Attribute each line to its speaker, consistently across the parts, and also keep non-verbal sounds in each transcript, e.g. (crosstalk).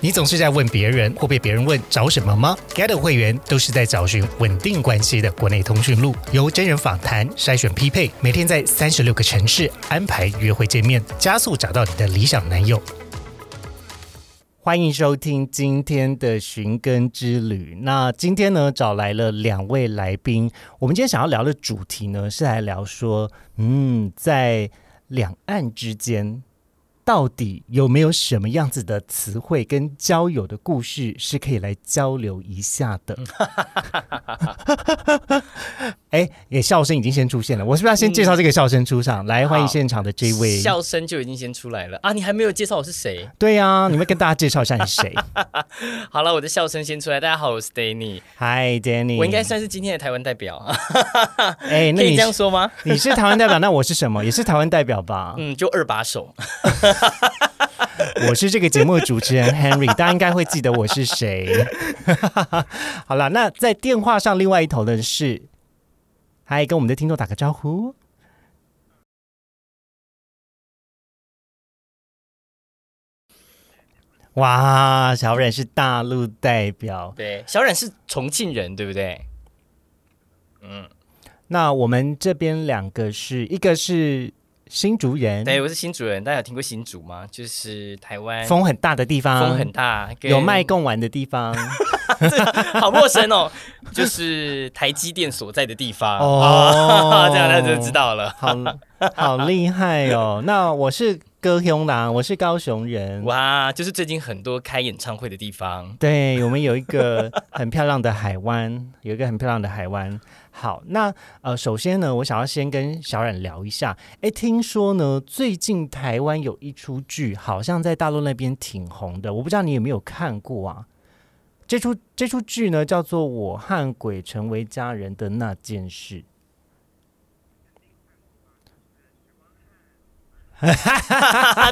Speaker 1: 你总是在问别人或被别人问找什么吗？Get 会员都是在找寻稳定关系的国内通讯录，由真人访谈筛选匹配，每天在三十六个城市安排约会见面，加速找到你的理想男友。欢迎收听今天的寻根之旅。那今天呢，找来了两位来宾。我们今天想要聊的主题呢，是来聊说，嗯，在两岸之间到底有没有什么样子的词汇跟交友的故事是可以来交流一下
Speaker 2: (laughs)
Speaker 1: 的？哎，也笑声已经先出现了。我是不是要先介绍这个笑声出场？来，欢迎
Speaker 2: 好
Speaker 1: 现场的这位。
Speaker 2: 笑声就已经先出来了啊！你还没有介绍我是谁？ (laughs)
Speaker 1: 对呀、你们跟大家介绍一下你是谁？
Speaker 2: 好了，我的笑声先出来。大家好，我是 Danny，
Speaker 1: 嗨，Danny，
Speaker 2: 我应该算是今天的台湾代表，啊
Speaker 1: 哎，
Speaker 2: 可
Speaker 1: 那
Speaker 2: 以
Speaker 1: 你
Speaker 2: 这样说吗？
Speaker 1: 你是台湾代表，那我是什么？也是台湾代表吧？
Speaker 2: 嗯，就二把手。
Speaker 1: 我是这个节目的主持
Speaker 2: (laughs)
Speaker 1: 人 Henry，大家应该会记得我是谁。 (laughs) 好了，那在电话上另外一头的是，嗨，跟我们的听众打个招呼。哇，小冉是大陆代表，
Speaker 2: 对，小冉是重庆人，对不对？
Speaker 1: 那我们这边两个是一个是新竹人，
Speaker 2: 哎对，我是新竹人。大家有听过新竹吗？就是台湾
Speaker 1: 风很大的地方，
Speaker 2: 风很大，跟
Speaker 1: 有卖贡丸的地 (laughs) 方。
Speaker 2: (laughs) 好陌生哦，就是台积电所在的地方。
Speaker 1: 哦
Speaker 2: 哦，这样大家就知道了。
Speaker 1: (laughs) 好好厉害哦！那我是高雄人，我是高雄人。
Speaker 2: 哇，就是最近很多开演唱会的地方。 (laughs)
Speaker 1: 对我们有一个很漂亮的海湾， (laughs) 有一个很漂亮的海湾。好，那呃，首先呢，我想要先跟小冉聊一下。哎，听说呢，最近台湾有一出剧，好像在大陆那边挺红的，我不知道你有没有看过啊？这出这出剧呢，叫做《我和鬼成为家人的那件事》。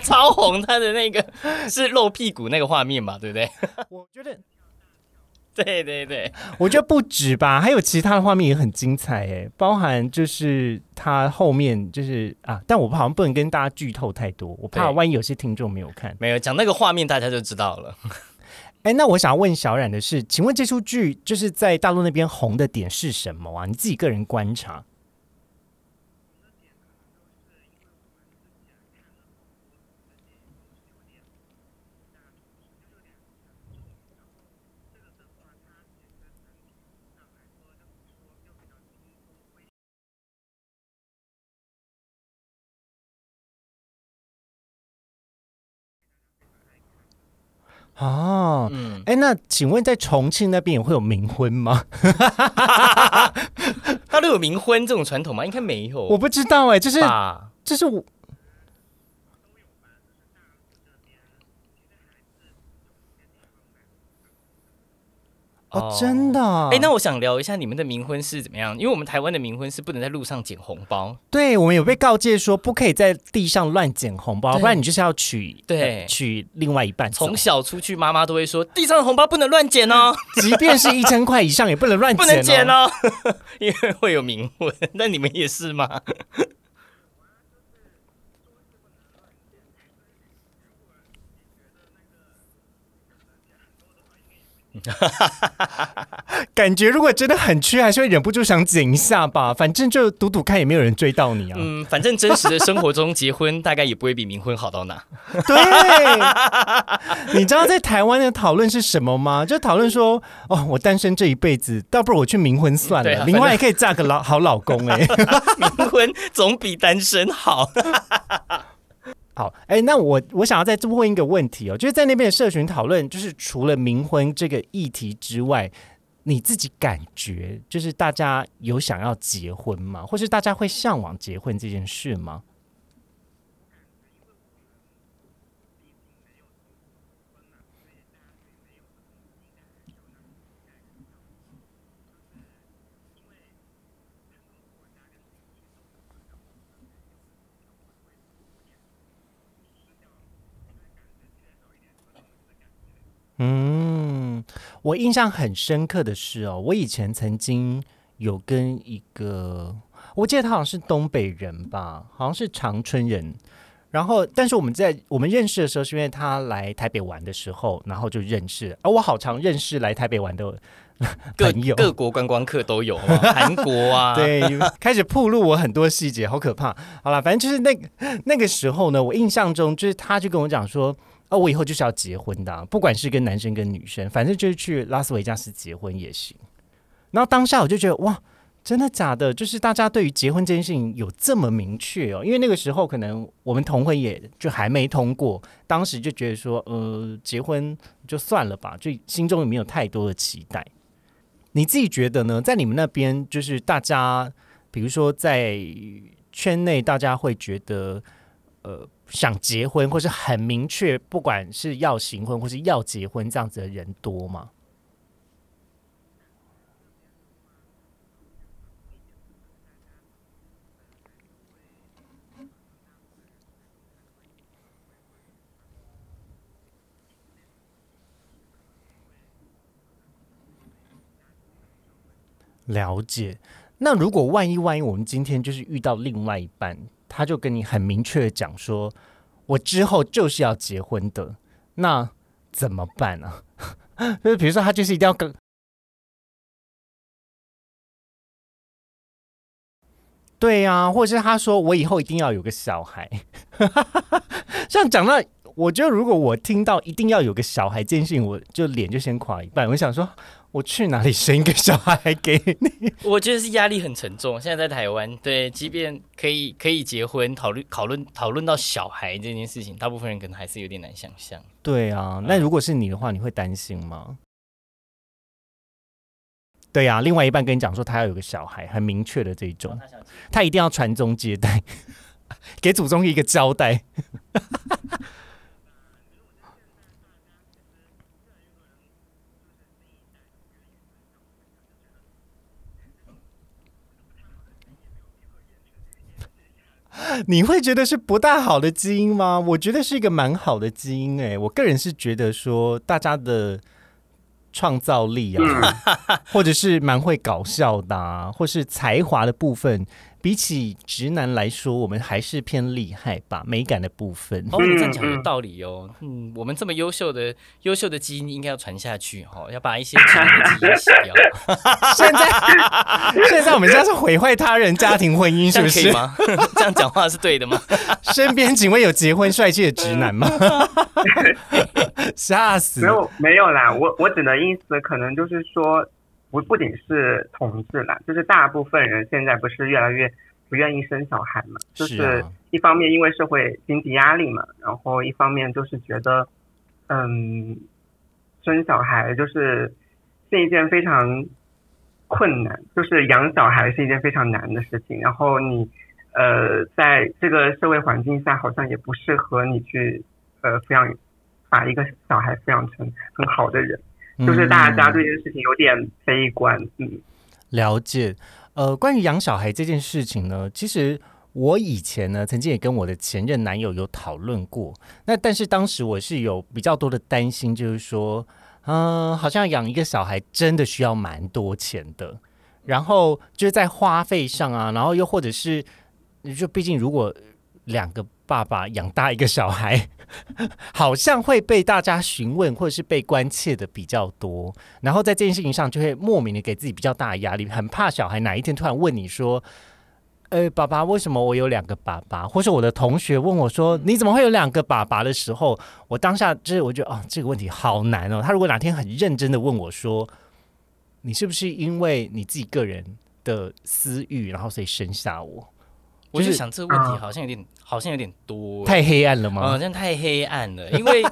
Speaker 2: 超红，他的那个是露屁股那个画面嘛，对不对？
Speaker 1: (laughs) 我觉得
Speaker 2: 对对对，
Speaker 1: 我觉得不止吧，还有其他的画面也很精彩诶，包含就是他后面就是啊，但我好像不能跟大家剧透太多，我怕
Speaker 2: 对
Speaker 1: 万一有些听众没有看。
Speaker 2: 没有讲那个画面，大家就知道 (laughs) 了。
Speaker 1: 哎，那我想要问小冉的是，请问这出剧就是在大陆那边红的点是什么啊？你自己个人观察。哦，
Speaker 2: 嗯，
Speaker 1: 哎，那请问在重庆那边也会有冥婚吗？
Speaker 2: 大陆有冥婚这种传统吗？应该没有
Speaker 1: 我不知道哎，就是
Speaker 2: 吧？
Speaker 1: 就是我。哦，真
Speaker 2: 的。
Speaker 1: 的啊、
Speaker 2: 哎、那我想聊一下你们的冥婚是怎么样？因为我们台湾的冥婚是不能在路上捡红包，
Speaker 1: 对我们有被告诫说不可以在地上乱捡红包，
Speaker 2: 对
Speaker 1: 不然你就是要取
Speaker 2: 对
Speaker 1: 呃取另外一半走。
Speaker 2: 从小出去妈妈都会说，地上的红包不能乱捡哦，
Speaker 1: 即便是一千块以上也不能乱
Speaker 2: (laughs) 不
Speaker 1: 捡、
Speaker 2: 能捡。哦， (laughs) 因为会有冥婚。那你们也是吗？
Speaker 1: 感觉如果真的很缺，还是会忍不住想捡一下吧。反正就赌赌看，也没有人追到你啊。
Speaker 2: 嗯，反正真实的生活中结婚大概也不会比冥婚好到哪。
Speaker 1: (laughs) 对，你知道在台湾的讨论是什么吗？就讨论说，哦，我单身这一辈子，倒不如我去冥婚算
Speaker 2: 对啊
Speaker 1: 了，冥、
Speaker 2: 反
Speaker 1: 婚
Speaker 2: 正
Speaker 1: 也可以嫁个老好老公哎、
Speaker 2: (laughs) 冥婚总比单身好。
Speaker 1: (laughs) 好，哎，那我我想要再问一个问题哦，就是在那边的社群讨论，就是除了冥婚这个议题之外，你自己感觉就是大家有想要结婚吗？或是大家会向往结婚这件事吗？嗯，我印象很深刻的是哦，我以前曾经有跟一个，我记得他好像是东北人吧，好像是长春人。然后，但是我们在我们认识的时候，是因为他来台北玩的时候，然后就认识。而、我好常认识来台北玩的
Speaker 2: 各
Speaker 1: 朋友，
Speaker 2: 各国观光客都有，好不好韩国 (laughs) 啊，，
Speaker 1: 对，开始暴露我很多细节，好可怕。好啦，反正就是那个那个时候呢，我印象中就是他就跟我讲说。啊，我以后就是要结婚的啊、不管是跟男生跟女生，反正就是去拉斯维加斯结婚也行。然后当下我就觉得哇，真的假的？就是大家对于结婚这件事情有这么明确哦？因为那个时候可能我们同婚也就还没通过，当时就觉得说，呃，结婚就算了吧，就心中也没有太多的期待。你自己觉得呢？在你们那边，就是大家，比如说在圈内，大家会觉得，呃，想结婚或是很明确，不管是要行婚或是要结婚这样子的人多吗？了解。那如果万一万一我们今天就是遇到另外一半，他就跟你很明确的讲说，我之后就是要结婚的，那怎么办呢、啊？ (laughs) 就是比如说他就是一定要跟。对呀、或者是他说我以后一定要有个小孩， (laughs) 像讲到，我觉得如果我听到一定要有个小孩这件事情，我就脸就先垮一半。我想说，我去哪里生一个小孩给你？
Speaker 2: 我觉得是压力很沉重。现在在台湾，对，即便可以可以结婚，讨论讨论讨论到小孩这件事情，大部分人可能还是有点难想象。
Speaker 1: 对啊，那如果是你的话，你会担心吗？对啊，另外一半跟你讲说他要有个小孩，很明确的这一种，他一定要传宗接代， (laughs) 给祖宗一个交代。你会觉得是不大好的基因吗？我觉得是一个蛮好的基因欸诶、我个人是觉得说大家的创造力啊，或者是蛮会搞笑的、啊，或是才华的部分，比起直男来说，我们还是偏厉害吧，美感的部分。
Speaker 2: 哦，你这样讲有道理哦。嗯，我们这么优秀的优秀的基因应该要传下去哦，要把一些基因的基因洗掉，
Speaker 1: 现
Speaker 2: (laughs)
Speaker 1: 在现在我们现在是毁坏他人家庭婚姻，
Speaker 2: 这
Speaker 1: (laughs) 是
Speaker 2: 样
Speaker 1: 不
Speaker 2: 可以
Speaker 1: 是？
Speaker 2: 吗？ (laughs) 这样讲话是对
Speaker 1: (laughs)
Speaker 2: 的吗？
Speaker 1: 身边仅会有结婚帅气的直男
Speaker 2: (laughs)
Speaker 1: 吗？ (laughs) 吓死
Speaker 3: 没！有没有啦，我我指的意思可能就是说，不不仅是同志啦，就是大部分人现在不是越来越不愿意生小孩嘛，就是
Speaker 1: 啊
Speaker 3: 是一方面因为社会经济压力嘛，然后一方面就是觉得，嗯，生小孩就是是一件非常困难，就是养小孩是一件非常难的事情，然后你。呃，在这个社会环境下，好像也不适合你去呃抚养把一个小孩抚养成很好的人，就是大
Speaker 1: 嗯
Speaker 3: 家对这件事情有点悲观，嗯，
Speaker 1: 了解。呃，关于养小孩这件事情呢，其实我以前呢，曾经也跟我的前任男友有讨论过。那但是当时我是有比较多的担心，就是说，嗯、好像养一个小孩真的需要蛮多钱的，然后就是在花费上啊，然后又或者是，就毕竟如果两个爸爸养大一个小孩， (laughs) 好像会被大家询问或者是被关切的比较多。然后在这件事情上就会莫名的给自己比较大的压力，很怕小孩哪一天突然问你说：“呃，爸爸，为什么我有两个爸爸？”或是我的同学问我说：“你怎么会有两个爸爸？”的时候，我当下就是我觉得哦，这个问题好难哦。他如果哪天很认真的问我说：“你是不是因为你自己个人的私欲，然后所以生下我
Speaker 2: 我
Speaker 1: 就嗯
Speaker 2: 就是想这个问题好像有点好像有点多？”欸，
Speaker 1: 太黑暗了吗？
Speaker 2: 好像太黑暗了。因为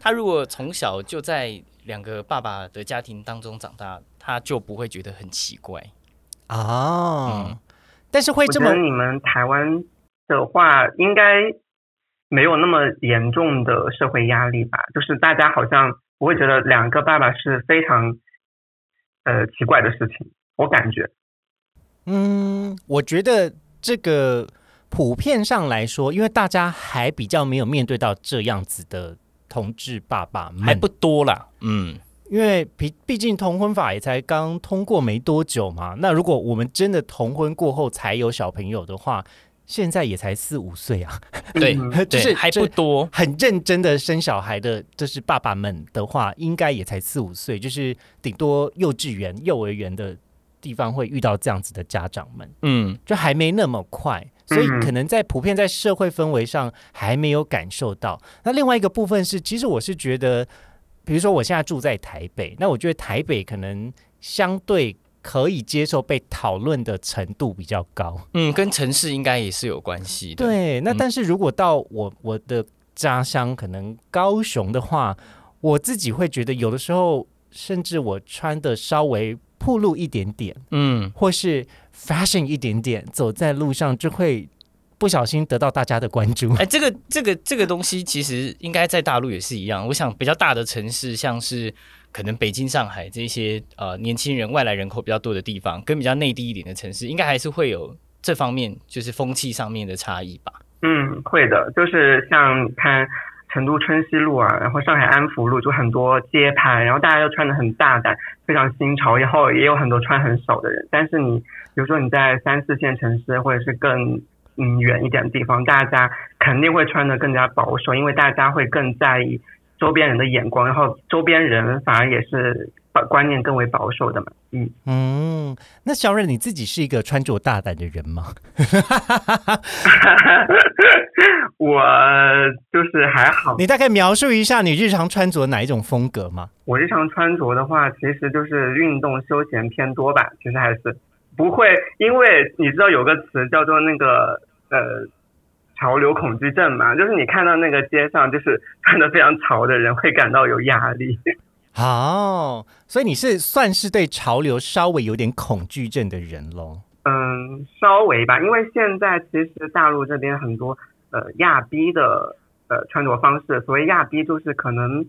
Speaker 2: 他如果从小就在两个爸爸的家庭当中长大，他就不会觉得很奇怪。
Speaker 1: 啊，
Speaker 2: 嗯
Speaker 1: 但是会
Speaker 3: 我
Speaker 1: 这
Speaker 3: 觉
Speaker 1: 么
Speaker 3: 得你们台湾的话应该没有那么严重的社会压力吧，就是大家好像不会觉得两个爸爸是非常呃奇怪的事情，我感觉，
Speaker 1: 嗯，我觉得这个普遍上来说，因为大家还比较没有面对到这样子的同志爸爸们，
Speaker 2: 还不多啦，嗯，
Speaker 1: 因为毕毕竟同婚法也才刚通过没多久嘛。那如果我们真的同婚过后才有小朋友的话，现在也才四五岁啊， (laughs)
Speaker 2: 对
Speaker 3: 嗯
Speaker 1: 就
Speaker 2: 对
Speaker 1: 是
Speaker 2: 还不
Speaker 1: 这
Speaker 2: 多，
Speaker 1: 很认真的生小孩的，就是爸爸们的话，应该也才四五岁，就是顶多幼稚园、幼儿园的地方会遇到这样子的家长们，
Speaker 2: 嗯，
Speaker 1: 就还没那么快，所以
Speaker 3: 嗯
Speaker 1: 可能在普遍在社会氛围上还没有感受到。那另外一个部分是，其实我是觉得，比如说我现在住在台北，那我觉得台北可能相对可以接受被讨论的程度比较高。
Speaker 2: 嗯，跟城市应该也是有关系的。，
Speaker 1: 对，那
Speaker 2: 嗯
Speaker 1: 但是如果到我、我的家乡，可能高雄的话，我自己会觉得有的时候，甚至我穿的稍微暴露一点点，
Speaker 2: 嗯，
Speaker 1: 或是 fashion 一点点，走在路上就会不小心得到大家的关注。
Speaker 2: 哎，这个这个这个东西其实应该在大陆也是一样。我想比较大的城市，像是可能北京、上海这些呃年轻人、外来人口比较多的地方，跟比较内地一点的城市，应该还是会有这方面就是风气上面的差异吧。
Speaker 3: 嗯，会的，就是像你看成都春熙路啊，然后上海安福路，就很多街拍，然后大家都穿的很大胆，非常新潮，然后也有很多穿很少的人。但是你比如说你在三四线城市或者是更嗯远一点的地方，大家肯定会穿的更加保守，因为大家会更在意周边人的眼光，然后周边人反而也是把观念更为保守的嘛。嗯， (laughs)
Speaker 1: 嗯， (laughs) 那小蕊你自己是一个穿着大胆的人吗？ (laughs)
Speaker 3: 我就是还好。
Speaker 1: 你大概描述一下你日常穿着哪一种风格吗？
Speaker 3: 我日常穿着的话，其实就是运动休闲偏多吧，其实还是不会，因为你知道有个词叫做那个呃潮流恐惧症嘛，就是你看到那个街上就是穿的非常潮的人，会感到有压力。
Speaker 1: 哦，所以你是算是对潮流稍微有点恐惧症的人喽。
Speaker 3: 嗯，稍微吧，因为现在其实大陆这边很多呃亚逼的呃穿着方式，所谓亚逼就是可能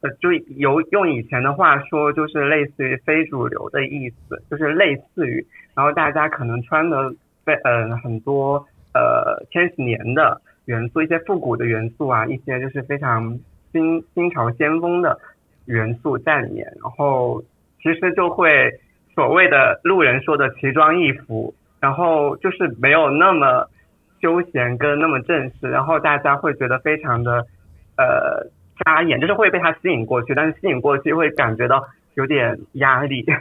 Speaker 3: 呃就有用以前的话说就是类似于非主流的意思，就是类似于，然后大家可能穿的非呃很多呃千禧年的元素，一些复古的元素啊，一些就是非常新新潮先锋的元素在里面，然后其实就会所谓的路人说的奇装异服，然后就是没有那么休闲跟那么正式，然后大家会觉得非常的呃扎眼，就是会被它吸引过去，但是吸引过去会感觉到有点压力。 (laughs)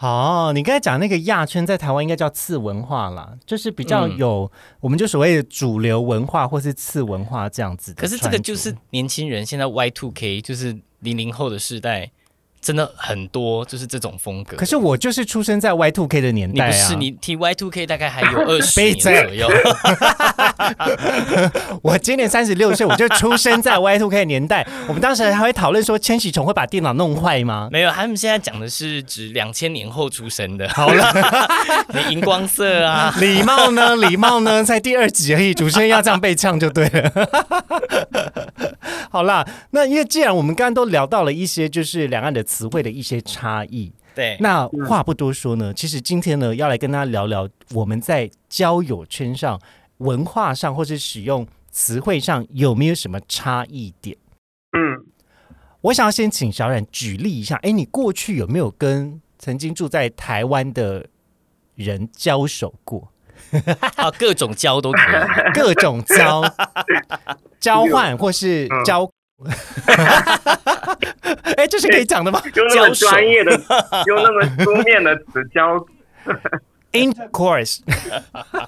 Speaker 1: 哦，你刚才讲那个亚圈在台湾应该叫次文化啦，就是比较
Speaker 2: 嗯
Speaker 1: 有、我们就所谓的主流文化或是次文化这样子的
Speaker 2: 可
Speaker 1: 穿
Speaker 2: 是
Speaker 1: 着。
Speaker 2: 这个就是年轻人现在 Y two K，就是零零后的世代，真的很多就是这种风格。
Speaker 1: 可是我就是出生在 Y two K 的年
Speaker 2: 你
Speaker 1: 代
Speaker 2: 不
Speaker 1: 啊，
Speaker 2: 是你 T Y two K 大概还 (laughs) 有二十
Speaker 1: 闭
Speaker 2: 年
Speaker 1: 嘴
Speaker 2: 左右， (laughs)
Speaker 1: 我今年三十六岁，我就出生在 Y two K 的年代。我们当时还会讨论说，千禧虫会把电脑弄坏吗？
Speaker 2: 没有，他们现在讲的是指两千年后出生的。好了， (laughs) 你荧光色 (laughs) 啊，
Speaker 1: 礼貌呢？礼貌呢？才第二集而已，主持人要这样被呛就对了。 (laughs) 好啦，那因为既然我们刚刚都聊到了一些就是两岸的词汇的一些差异，
Speaker 2: 对，
Speaker 1: 那话不多说呢，其实今天呢要来跟大家聊聊我们在交友圈上、文化上或是使用词汇上有没有什么差异点。
Speaker 3: 嗯，
Speaker 1: 我想要先请小冉举例一下，哎，你过去有没有跟曾经住在台湾的人交手过？
Speaker 2: (laughs) 啊，各种胶都可以。
Speaker 1: 各种
Speaker 2: (laughs)
Speaker 1: 交交换或是
Speaker 3: 嗯
Speaker 1: 交， (laughs) 哎、这是可以讲
Speaker 2: (laughs)
Speaker 1: 的吗
Speaker 3: 用那么
Speaker 2: 交手
Speaker 3: 专业的， (laughs) 用那么书面的词教。
Speaker 2: (laughs)
Speaker 1: ？Intercourse，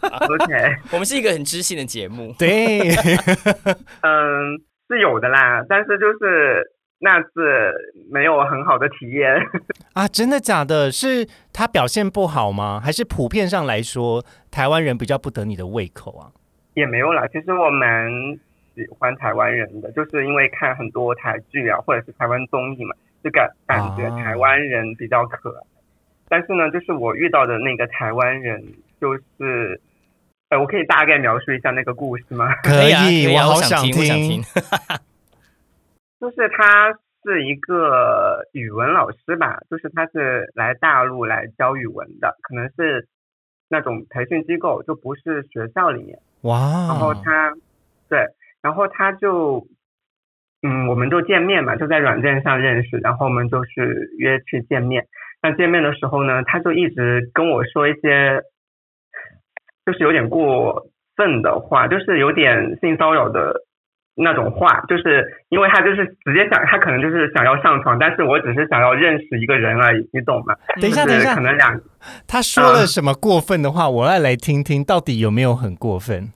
Speaker 3: OK。
Speaker 2: 我们是一个很知性的节目，
Speaker 1: 对，
Speaker 3: 嗯，是有的啦，但是就是那次没有很好的体验。
Speaker 1: 啊，真的假的？是他表现不好吗？还是普遍上来说，台湾人比较不得你的胃口啊？
Speaker 3: 也没有啦，其实我蛮喜欢台湾人的，就是因为看很多台剧啊，或者是台湾综艺嘛，就感感觉
Speaker 1: 啊
Speaker 3: 台湾人比较可爱。但是呢，就是我遇到的那个台湾人，就是，呃，我可以大概描述一下那个故事吗？ (laughs)
Speaker 1: 可
Speaker 2: 啊，可以啊，
Speaker 1: 我好
Speaker 2: 我想听，我想
Speaker 1: 听
Speaker 2: (laughs) 听。。
Speaker 3: 就是他是一个语文老师吧，就是他是来大陆来教语文的，可能是那种培训机构，就不是学校里面。然后
Speaker 2: 哦
Speaker 1: 哇，
Speaker 3: 他，对，然后他就，嗯，我们就见面嘛，就在软件上认识，然后我们就是约去见面。那见面的时候呢，他就一直跟我说一些，就是有点过分的话，就是有点性骚扰的那种话，就是因为他就是直接想，他可能就是想要上床，但是我只是想要认识一个人而已，你懂吗？
Speaker 1: 等一下，
Speaker 3: 就
Speaker 1: 等一
Speaker 3: 是
Speaker 1: 下
Speaker 3: 可，能两
Speaker 1: 他说了什么过分的话？我要来听听，到底有没有很过分？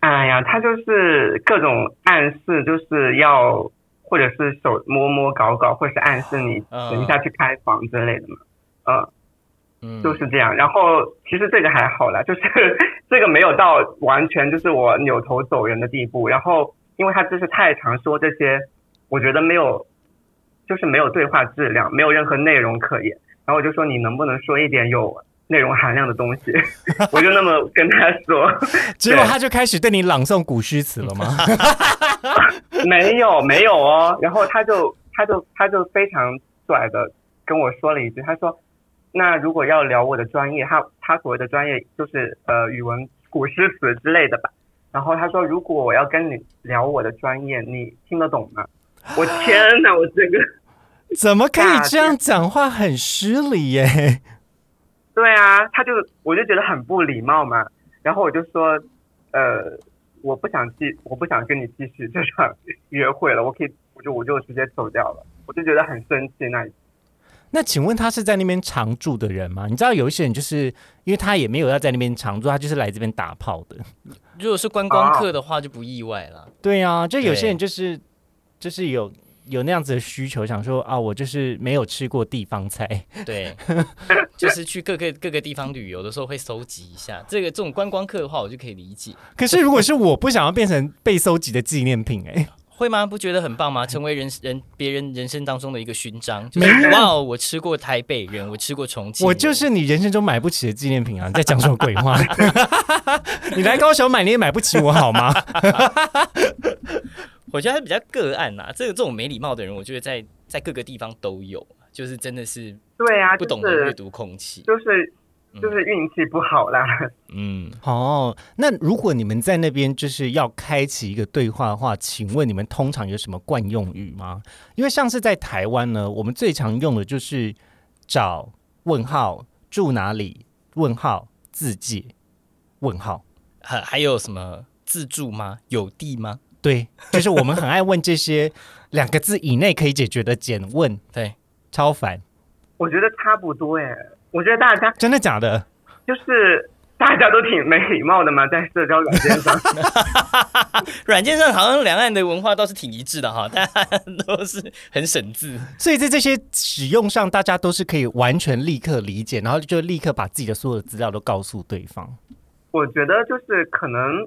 Speaker 3: 哎呀，他就是各种暗示，就是要或者是手摸摸搞搞，或者是暗示你
Speaker 2: 嗯
Speaker 3: 等一下去开房之类的嘛。嗯，
Speaker 2: 嗯，
Speaker 3: 就是这样。然后其实这个还好啦，就是 (laughs) 这个没有到完全就是我扭头走人的地步。然后因为他就是太常说这些，我觉得没有，就是没有对话质量，没有任何内容可言。然后我就说你能不能说一点有内容含量的东西？ (laughs) 我就那么跟他说。
Speaker 1: 结果他就开始对你朗诵古诗词了吗？
Speaker 3: (laughs) 没有没有哦，然后他就他就他就非常拽的跟我说了一句，他说：“那如果要聊我的专业，他他所谓的专业就是呃语文、古诗词之类的吧。”然后他说：“如果我要跟你聊我的专业，你听得懂吗？” (gasps) 我天哪，我这个
Speaker 1: (laughs) 怎么可以这样讲话？很失礼耶！ (laughs)
Speaker 3: 对啊，他就我就觉得很不礼貌嘛。然后我就说：“呃，我不想继我不想跟你继续这场约会了，我可以我就我就直接走掉了。”我就觉得很生气那一次
Speaker 1: 那请问他是在那边常住的人吗？你知道有一些人就是因为他也没有要在那边常住，他就是来这边打炮的。
Speaker 2: 如果是观光客的话就不意外了。
Speaker 1: 对啊，就有些
Speaker 2: 对
Speaker 1: 人就是就是有有那样子的需求，想说啊，我就是没有吃过地方 (laughs) 菜，
Speaker 2: 对，就是去各个各个地方旅游的时候会搜集一下。这个这种观光客的话，我就可以理解。
Speaker 1: 可是如果是我不想要变成被收集的纪念品、哎，
Speaker 2: 会吗？不觉得
Speaker 1: (laughs)
Speaker 2: 很棒吗？成为人人别人人生当中的一个勋章，就
Speaker 1: 没
Speaker 2: 是
Speaker 1: 有
Speaker 2: 哇哦，我吃过台北人，我吃过重庆人，
Speaker 1: 我就是你人生中买不起的纪念品啊！你在讲什么鬼 (laughs) 话？你来高雄买你也买不起我好吗？
Speaker 2: 我觉得他比较个案啦、这个这种没礼貌的人，我觉得在在各个地方都有，啊就是真的是
Speaker 3: 对啊，
Speaker 2: 不
Speaker 3: 就
Speaker 2: 懂
Speaker 3: 是
Speaker 2: 得阅读嗯空气。
Speaker 3: 就是就是运气不好啦。
Speaker 2: 嗯，
Speaker 1: (laughs) 哦，那如果你们在那边就是要开启一个对话的话，请问你们通常有什么惯用语吗？因为像是在台湾呢，我们最常用的就是找问号住哪里问号自介问号，
Speaker 2: 还还有什么自助吗？有地吗？
Speaker 1: 对，就是我们很爱问这些两个字以内可以解决的简 (laughs) 问，
Speaker 2: 对，
Speaker 1: 超烦，
Speaker 3: 我觉得差不多哎，我觉得大家
Speaker 1: 真的假的？
Speaker 3: 就是大家都挺没礼貌的嘛，在社交软件上。
Speaker 2: 软件上好像两岸的文化倒是挺一致的哈， (laughs) 大家都是很省字。
Speaker 1: 所以在这些使用上，大家都是可以完全立刻理解，然后就立刻把自己的所有的资料都告诉对方。
Speaker 3: 我觉得就是可能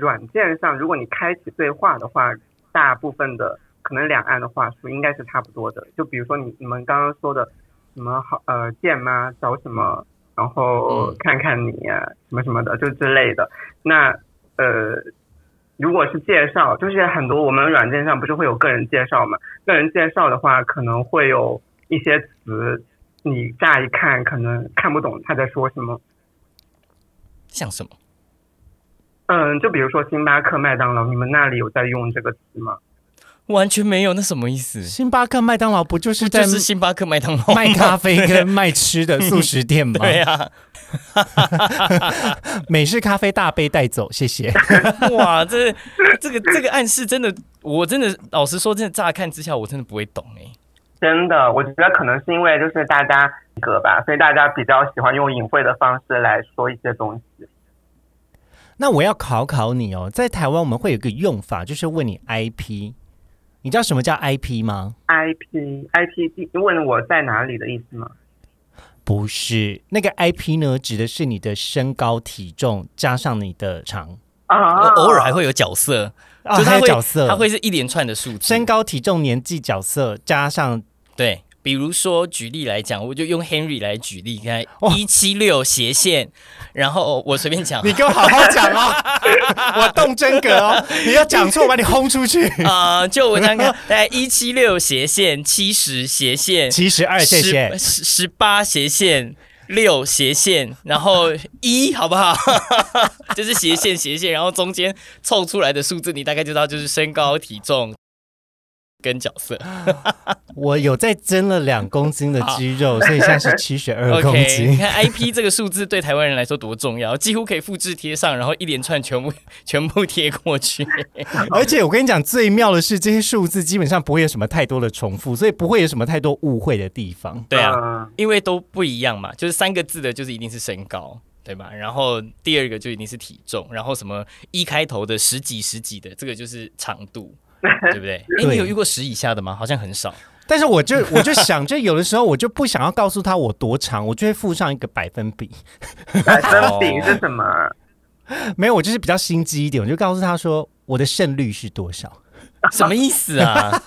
Speaker 3: 软件上，如果你开启对话的话，大部分的可能两岸的话术应该是差不多的。就比如说你你们刚刚说的什么好呃见吗？找什么？然后
Speaker 2: 嗯
Speaker 3: 看看你、啊、什么什么的，就之类的。那呃，如果是介绍，就是很多我们软件上不是会有个人介绍嘛？个人介绍的话，可能会有一些词，你乍一看可能看不懂他在说什么。
Speaker 2: 像什么？
Speaker 3: 嗯，就比如说星巴克、麦当劳，你们那里有在用这个词吗？
Speaker 2: 完全没有，那什么意思？
Speaker 1: 星巴克、麦当劳不就是
Speaker 2: 就
Speaker 1: 在
Speaker 2: 是星巴克、麦当劳
Speaker 1: 卖咖
Speaker 2: 吗。
Speaker 1: 啡跟卖吃的速食店吗？
Speaker 2: (laughs) 对啊，
Speaker 1: (laughs) 美式咖啡大杯带走，谢
Speaker 2: (laughs)
Speaker 1: 谢。
Speaker 2: 哇，这这个这个暗示真的，我真的老实说，真的乍看之下，我真的不会懂哎、
Speaker 3: 真的，我觉得可能是因为就是大家格吧，所以大家比较喜欢用隐晦的方式来说一些东西。
Speaker 1: 那我要考考你哦，在台湾我们会有一个用法，就是问你 IP，你知道什么叫 IP 吗？
Speaker 3: IP IP 地问我在哪里的意思吗？
Speaker 1: 不是，那个 IP 呢，指的是你的身高、体重加上你的长，
Speaker 3: 啊，
Speaker 2: 偶尔还会有角色，
Speaker 1: 啊
Speaker 2: 就是
Speaker 1: 还
Speaker 2: 他
Speaker 1: 有
Speaker 2: 会
Speaker 1: 角色
Speaker 2: 他会是一连串的数字
Speaker 1: 身。高、体重、年纪、角色加上
Speaker 2: 对，比如说举例来讲，我就用 Henry 来举例，看
Speaker 1: 哇
Speaker 2: 一七六斜线，然后我随便讲
Speaker 1: 你给我好好讲哦，我动真格哦，你要讲错我把你轰出去。
Speaker 2: 啊，就我想看，大概一七六斜线七十斜线
Speaker 1: (laughs) 七十二，谢谢。
Speaker 2: 十十八斜线。六斜线，然后一好不好？ (laughs) 就是斜线斜线，然后中间凑出来的数字，你大概就知道就是身高体重。跟角色。
Speaker 1: 我有在增了两公斤的肌肉，所以现在是七十二公
Speaker 2: OK，你 (laughs)
Speaker 1: 斤。
Speaker 2: 看 IP 这个数字对台湾人来说多重要，几乎可以复制贴上，然后一连串全部 (laughs) 全部贴过去。
Speaker 1: (laughs) 而且我跟你讲，最妙的是这些数字基本上不会有什么太多的重复，所以不会有什么太多误会的地方。
Speaker 2: 对啊，
Speaker 3: 嗯
Speaker 2: 因为都不一样嘛，就是三个字的，就是一定是身高，对吧？然后第二个就一定是体重，然后什么一开头的十几十几的，这个就是长度，对不对？哎，你有遇过十以下的吗？好像很少。
Speaker 1: 但是我就我就想，就有的时候我就不想要告诉他我多长，我就会附上一个百分比。
Speaker 3: 百分比是什么？
Speaker 2: 哦
Speaker 1: 没有，我就是比较心机一点，我就告诉他说我的胜率是多少。
Speaker 2: 什么意思
Speaker 1: (laughs)
Speaker 2: 啊？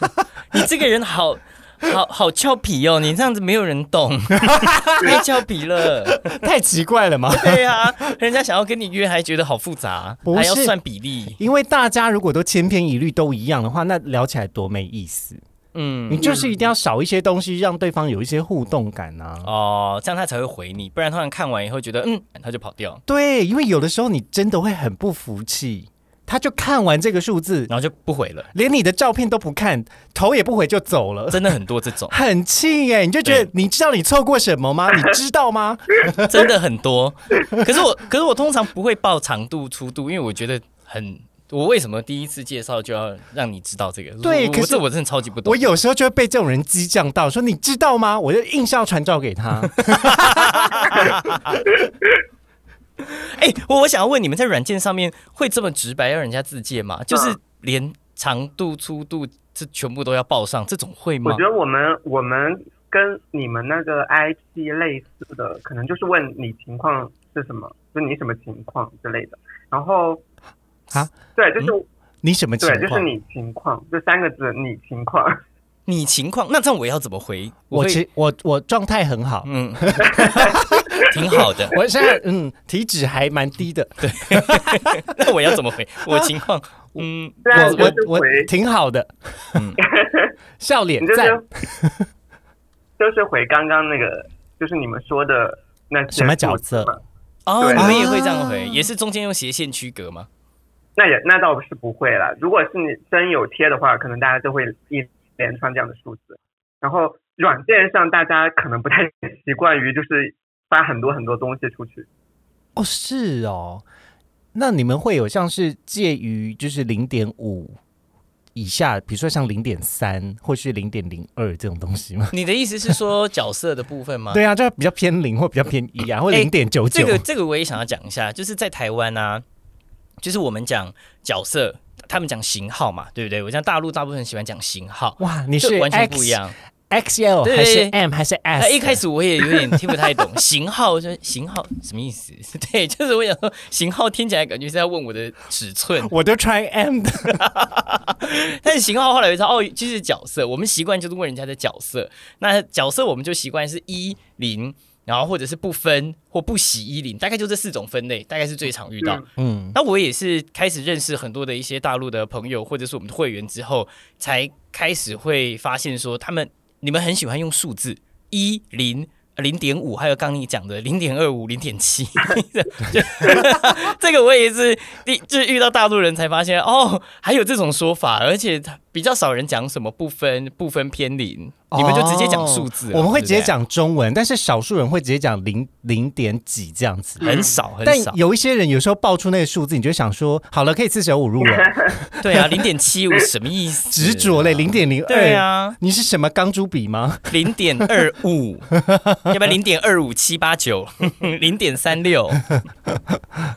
Speaker 2: 你这个人好好好俏皮哦，你这样子没有人
Speaker 1: (laughs)
Speaker 2: 懂，太俏皮了。
Speaker 1: 太奇怪了吗？
Speaker 2: 对啊，人家想要跟你约还觉得好复杂，
Speaker 1: 不是
Speaker 2: 还要算比例。
Speaker 1: 因为大家如果都千篇一律都一样的话，那聊起来多没意思。你
Speaker 2: 嗯，
Speaker 1: 就是一定要少一些东西，让对方有一些互动感啊。
Speaker 3: 嗯
Speaker 2: 哦，这样他才会回你，不然通常看完以后觉得嗯，他就跑掉，
Speaker 1: 对，因为有的时候你真的会很不服气，他就看完这个数字，
Speaker 3: 哦
Speaker 2: 然后就不回了。
Speaker 1: 连你的照片都不看，头也不回就走了。，
Speaker 2: 真的很多这种
Speaker 1: 很气耶！你就觉得你知道你错过什么吗？
Speaker 3: (laughs)
Speaker 1: 你知道吗？
Speaker 2: (laughs) 真的很多。可是我，可是我通常不会报长度、粗度，因为我觉得很。我为什么第一次介绍就要让你知道这个？
Speaker 1: 对
Speaker 2: 我
Speaker 1: 可
Speaker 2: 我
Speaker 1: 是
Speaker 2: 这我真的超级不懂。
Speaker 1: 我有时候就会被这种人激将到，说你知道吗？我就硬是要传照给
Speaker 3: (laughs)
Speaker 1: 他。
Speaker 2: 哎、我我想要问你们在软件上面会这么直白要人家自荐
Speaker 1: 啊
Speaker 2: 吗？就是连长度、粗度这全部都要报上，这种会
Speaker 3: 我
Speaker 2: 吗
Speaker 3: 觉？得我们我们跟你们那个 IP 类似的，可能就是问你情况是什么，就你什么情况之类的。然后
Speaker 1: 啊，
Speaker 3: 对，就是、
Speaker 2: 嗯
Speaker 1: 你什么情
Speaker 3: 对，就是
Speaker 1: 况？
Speaker 3: 你情况这三个字，你情况。
Speaker 2: 你情况那这样我要怎么回？
Speaker 1: 我
Speaker 2: 会
Speaker 1: 其我我状态很好，
Speaker 2: 嗯， (laughs) 挺好的。 (laughs)
Speaker 1: 我现在嗯体脂还蛮低
Speaker 3: (laughs)
Speaker 1: 的，
Speaker 2: 那我要怎么回？我情况嗯，
Speaker 3: 虽然啊就
Speaker 1: 我
Speaker 3: 是
Speaker 1: 我我
Speaker 3: 回，
Speaker 1: 挺好的，嗯
Speaker 3: (laughs)
Speaker 2: 嗯，
Speaker 1: 笑脸
Speaker 3: 你就是
Speaker 1: 赞。
Speaker 3: (laughs) 就是回刚刚那个，就是你们说的那些
Speaker 1: 什么角色
Speaker 3: 数字嘛
Speaker 2: 哦，
Speaker 3: 对
Speaker 2: 你们也会这样回，
Speaker 1: 啊
Speaker 2: 也是中间用斜线区隔吗？
Speaker 3: 那也那倒是不会了。如果是你真有贴的话，可能大家就会一连串这样的数字。然后软件上大家可能不太 (laughs) 习惯于就是发很多很多东西出去。
Speaker 1: 哦，是哦。那你们会有像是介于就是零点五以下，比如说像零点三或是零点零二这种东西吗？
Speaker 2: 你的意思是说角色的部分
Speaker 1: (laughs)
Speaker 2: 吗？
Speaker 1: 对啊，就比较偏零或比较偏一啊，或
Speaker 2: 哎
Speaker 1: 零点九
Speaker 2: 这
Speaker 1: 九。
Speaker 2: 个这个我也想要讲一下，就是在台湾啊，就是我们讲角色，他们讲型号嘛，对不对？我像大陆大部分人喜欢讲型号，
Speaker 1: 哇，你
Speaker 2: 这
Speaker 1: 是
Speaker 2: 完全
Speaker 1: X
Speaker 2: 不一样。
Speaker 1: XL
Speaker 2: 对
Speaker 1: 还是 M 还是 S？
Speaker 2: 那一开始我也有点听不太懂 (laughs) 型号，就是型号什么意思？ (laughs) 对，就是我想说型号听起来感觉是要问我的尺寸，
Speaker 1: 我都穿 M 的，
Speaker 2: 但是型号后来我知道哦，就是角色，我们习惯就是问人家的角色。那角色我们就习惯是一零，然后或者是不分或不喜一零，大概就这四种分类，大概是最常遇到。
Speaker 1: 嗯，
Speaker 2: 那我也是开始认识很多的一些大陆的朋友或者是我们的会员之后，才开始会发现说，他们你们很喜欢用数字一零。呃零点五，还有刚你讲的零点二五、零
Speaker 1: (laughs)
Speaker 2: 点七， (laughs) 就这个我也是第，就是遇到大陆人才发现哦，还有这种说法，而且他比较少人讲什么不分不分偏零，你们就直接讲数字了
Speaker 1: 哦我们会直接，
Speaker 2: 对
Speaker 1: 讲中文，但是少数人会直接讲零零点几这样子
Speaker 2: 不。对很少很
Speaker 1: 但
Speaker 2: 少，
Speaker 1: 有一些人有时候报出那个数字，你就会想说，好了，可以四舍五入了，
Speaker 2: 对啊，零点七五什么意思？
Speaker 1: 执着哎嘞，零点零二，
Speaker 2: 对啊，
Speaker 1: 你是什么钢珠笔吗？
Speaker 2: 零点二
Speaker 1: (laughs)
Speaker 2: 五，要不要零点二五七八九，零点
Speaker 1: (laughs)
Speaker 2: 三六？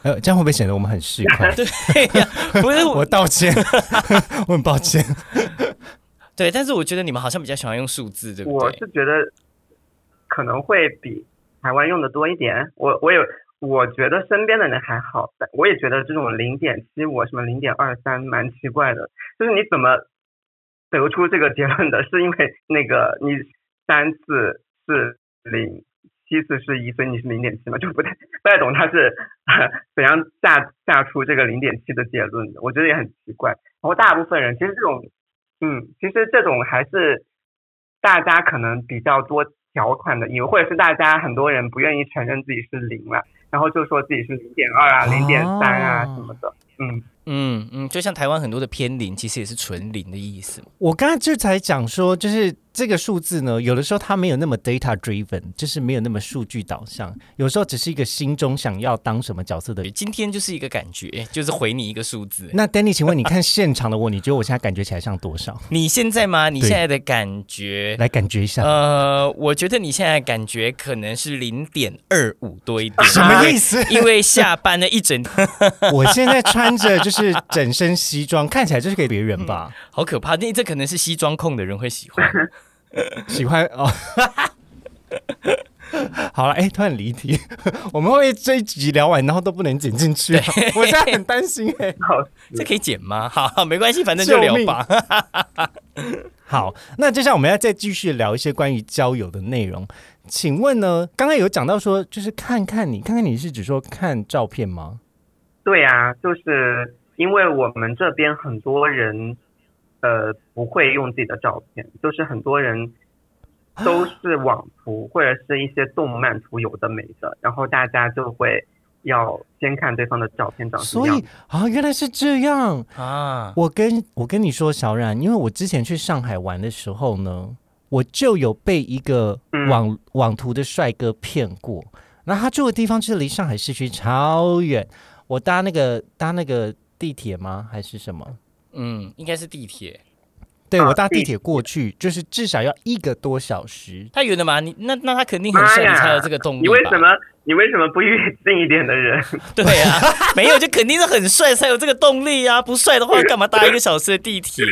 Speaker 1: 呃，这样会不会显得我们很市侩？
Speaker 2: 对呀，不是
Speaker 1: 我
Speaker 2: 我，
Speaker 1: 道歉， (laughs) 我很抱歉。
Speaker 2: 对，但是我觉得你们好像比较喜欢用数字，对不
Speaker 3: 我
Speaker 2: 对？
Speaker 3: 是觉得可能会比台湾用的多一点。我我有，我觉得身边的人还好，但我也觉得这种零点七五什么零点二三蛮奇怪的。就是你怎么得出这个结论的？是因为那个你三次是零。七次是一，所以你是零点七嘛，就不太不太懂他是 (laughs) 怎样下下出这个零点七的结论的，我觉得也很奇怪。然后大部分人其实这种嗯，其实这种还是大家可能比较多调侃的，也或者是大家很多人不愿意承认自己是零了，然后就说自己是零点二啊、零点三啊
Speaker 1: 哦
Speaker 3: 什么的。嗯，
Speaker 2: 嗯嗯，就像台湾很多的偏零，其实也是纯零的意思嘛。
Speaker 1: 我刚才就才讲说，就是这个数字呢，有的时候它没有那么 data driven，就是没有那么数据导向，有时候只是一个心中想要当什么角色的。
Speaker 2: 今天就是一个感觉，就是回你一个数字。
Speaker 1: 那 Danny，请问你看现场的我，你觉得我现在感觉起来像多少？
Speaker 2: 你现在吗？你
Speaker 1: 对
Speaker 2: 现在的感觉？
Speaker 1: 来感觉一下。
Speaker 2: 呃，我觉得你现在的感觉可能是零点二五多一点，
Speaker 1: 啊什么意思？
Speaker 2: 因为下班了一整天，
Speaker 1: (laughs) 我现在穿着就是整身西装，看起来就是给别人吧，
Speaker 2: 好可怕。那这可能是西装控的人会喜
Speaker 3: (laughs)
Speaker 2: 欢。
Speaker 1: 喜欢哦。 (laughs) 好了，哎、突然离题， (laughs) 我们会不会这一集聊完，然后都不能剪进去、啊？我现在很担心哎、
Speaker 3: 好，
Speaker 2: 这可以剪吗？好，好没关系，反正就聊吧。
Speaker 1: 好，那接下来我们要再继续聊一些关于交友的内容。请问呢，刚刚有讲到说，就是看看你，看看你是指说看照片吗？
Speaker 3: 对啊，就是因为我们这边很多人，呃，不会用自己的照片，就是很多人
Speaker 1: 啊
Speaker 3: 都是网图或者是一些动漫图有的没的，然后大家就会要先看对方的照片长什
Speaker 1: 所
Speaker 3: 么样
Speaker 1: 以。啊，原来是这样。
Speaker 2: 啊，
Speaker 1: 我跟我跟你说，小冉，因为我之前去上海玩的时候呢，我就有被一个
Speaker 3: 嗯
Speaker 1: 网、网图的帅哥骗过。然后他住的地方就是离上海市区超远，我搭那个搭那个地铁吗？还是什么？
Speaker 2: 嗯，应该是地铁。
Speaker 1: 对
Speaker 3: 啊
Speaker 1: 我搭地
Speaker 3: 地
Speaker 1: 铁过去，就是至少要一个多小时。
Speaker 2: 他远的嘛，你那那他肯定很
Speaker 3: 妈
Speaker 2: 帅，你才有
Speaker 3: 呀
Speaker 2: 这个动力。
Speaker 3: 你为什？么你为什么不约近一点的人？ (laughs)
Speaker 2: 对啊，没有就肯定是很帅才有这个动力啊，不帅的话干嘛搭一个小时的地 (laughs) 铁？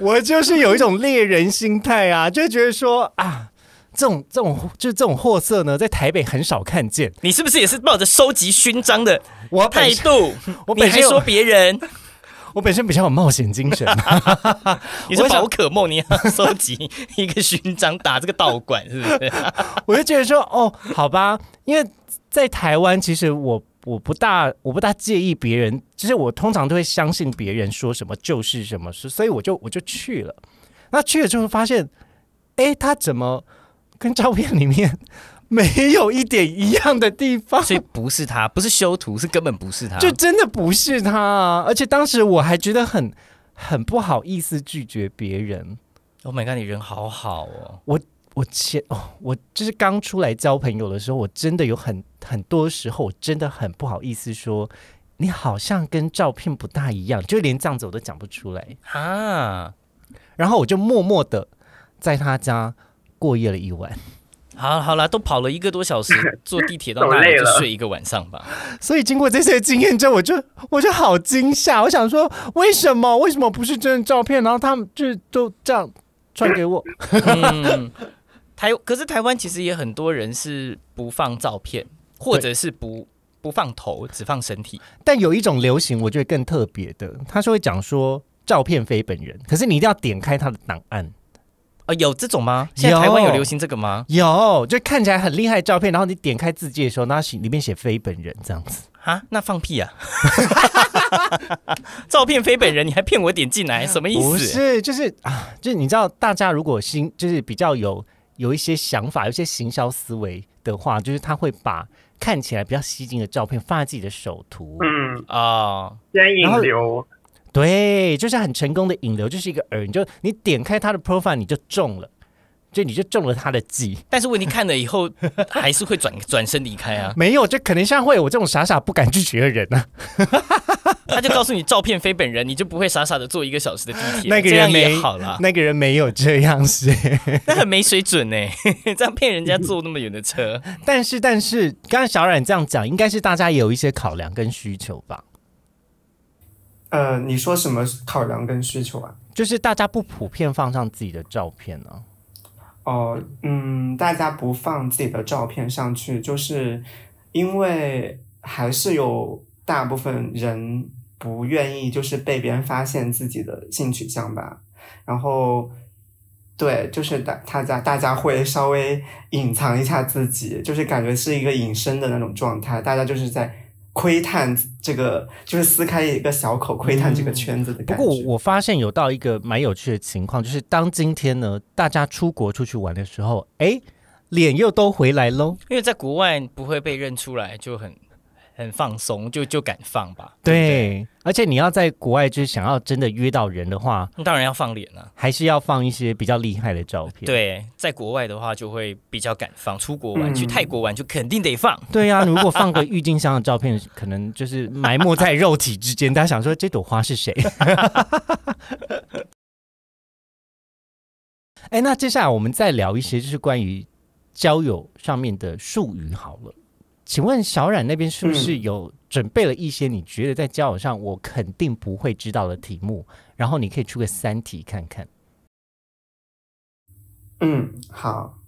Speaker 1: 我就是有一种猎人心态啊， (laughs) 就觉得说啊，这种这种就这种货色呢，在台北很少看见。
Speaker 2: 你是不是也是抱着收集勋章的
Speaker 1: 我本
Speaker 2: 态
Speaker 1: 身
Speaker 2: 度？
Speaker 1: 我
Speaker 2: 你
Speaker 1: 本
Speaker 2: 还
Speaker 1: 身有
Speaker 2: 说别 (laughs) 人，
Speaker 1: 我本身比较有冒险精神，
Speaker 2: 你是
Speaker 1: 我想
Speaker 2: 宝可梦，你要收集一个勋章打这个道馆是不是？
Speaker 1: 我就觉得说哦，好吧，因为在台湾其实我。我不大，我不大介意别人，就是我通常都会相信别人说什么就是什么，所所以我就我就去了。那去了之后发现，哎，他怎么跟照片里面 (laughs) 没有一点一样的地方？
Speaker 2: (laughs) 所以不是他，不是修图，是根本不是他。
Speaker 1: 就真的不是他啊！而且当时我还觉得很很不好意思拒绝别人。
Speaker 2: (laughs) Oh my god，你人好好哦。
Speaker 1: 我前哦，我就是刚出来交朋友的时候，我真的有很很多时候，我真的很不好意思说，你好像跟照片不大一样，就连这样子我都讲不出来。
Speaker 2: 啊，
Speaker 1: 然后我就默默的在他家过夜了一晚，
Speaker 2: 好好啦，都跑了一个多小时，坐地铁到
Speaker 3: 走
Speaker 2: 那里
Speaker 3: 累
Speaker 2: 就
Speaker 3: 了
Speaker 2: 睡一个晚上吧。
Speaker 1: 所以经过这些经验之后，我就我就好惊吓，我想说为什么为什么不是真的照片？然后他们就都这样传给我，
Speaker 2: 嗯，台可是台湾其实也很多人是不放照片，或者是不不放头，只放身体。
Speaker 1: 但有一种流行，我觉得更特别的，他是会讲说照片非本人，可是你一定要点开他的档案，
Speaker 2: 啊、有这种吗？现在
Speaker 1: 有
Speaker 2: 台湾有流行这个吗？
Speaker 1: 有就看起来很厉害的照片，然后你点开字界的时候，那写里面写非本人这样子。
Speaker 2: 啊，那放屁啊！ (laughs) 照片非本人，你还骗我点进
Speaker 1: (laughs)
Speaker 2: 来，什么意
Speaker 1: 不
Speaker 2: 思？
Speaker 1: 是，就是啊，就是你知道，大家如果心就是比较有有一些想法，有一些行销思维的话，就是他会把看起来比较吸睛的照片放在自己的首图，
Speaker 3: 嗯，
Speaker 2: 哦，
Speaker 3: 先
Speaker 1: 然后
Speaker 3: 引流，
Speaker 1: 对，就是很成功的引流，就是一个饵，你就你点开他的 profile，你就中了，就你就中了他的计。
Speaker 2: 但是问题看了以后还是会转转身离开
Speaker 1: (laughs)
Speaker 2: 啊。
Speaker 1: 没有，就可能像会有我这种傻傻不敢拒绝的人啊，
Speaker 2: 他就告诉你照片非本人，你就不会傻傻的坐一个小时的地铁，
Speaker 1: 那个
Speaker 2: 这样
Speaker 1: 人没
Speaker 2: 也好啦。
Speaker 1: 那个人没有这样是，
Speaker 2: 那很没水准
Speaker 1: (laughs)
Speaker 2: 呢、这样骗人家坐那么远的车。
Speaker 1: 但是但是，刚刚小冉这样讲，应该是大家也有一些考量跟需求吧，
Speaker 4: 呃，你说什么考量跟需求啊？
Speaker 1: 就是大家不普遍放上自己的照片啊。
Speaker 4: 哦，嗯，大家不放自己的照片上去，就是因为还是有大部分人不愿意，就是被别人发现自己的性取向吧。然后，对，就是大大家大家会稍微隐藏一下自己，就是感觉是一个隐身的那种状态，大家就是在窥探这个，就是撕开一个小口窥探这个圈子的
Speaker 1: 嗯不
Speaker 4: 感觉。
Speaker 1: 过我我发现有到一个蛮有趣的情况，就是当今天呢，大家出国出去玩的时候，哎，脸又都回来喽。
Speaker 2: 因为在国外不会被认出来，就很很放松，就就敢放吧。对
Speaker 1: 对，而且你要在国外，就是想要真的约到人的话，
Speaker 2: 不对，当然要放脸了。
Speaker 1: 还是要放一些比较厉害的照片。
Speaker 2: 对，在国外的话就会比较敢放，出国玩、
Speaker 4: 嗯
Speaker 2: 去泰国玩就肯定得放。
Speaker 1: 对啊，如果放个郁金香的照片，可能就是埋没在肉体之间，大家想说这朵花是谁？ (laughs) 哎，那接下来我们再聊一些就是关于交友上面的术语好了。请问小冉那边是不是有准备了一些你觉得在交友上我肯定不会知道的题目？然后你可以出个三题看看。
Speaker 4: 嗯，好。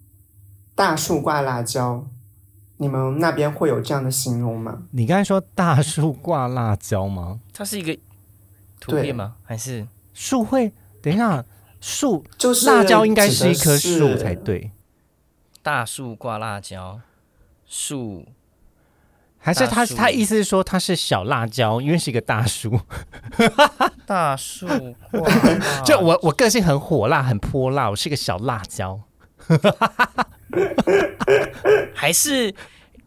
Speaker 4: 大树挂辣椒，你们那边会有这样的形容吗？
Speaker 1: 你刚才说大树挂辣椒吗？
Speaker 2: 它是一个图
Speaker 4: 对
Speaker 2: 片吗？还是
Speaker 1: 树会？等一下，树
Speaker 4: 就是
Speaker 1: 辣椒应该
Speaker 4: 指
Speaker 1: 是
Speaker 4: 的
Speaker 1: 一棵树
Speaker 4: 是
Speaker 1: 才对，
Speaker 2: 大树挂辣椒？树
Speaker 1: 还是
Speaker 2: 大
Speaker 1: 他
Speaker 2: 树
Speaker 1: 他意思是说它是小辣椒，因为是一个大叔。
Speaker 2: (laughs) 大树 (laughs) 挂辣椒
Speaker 1: 就我我个性很火辣，很泼辣，我是个小辣椒。
Speaker 2: 还是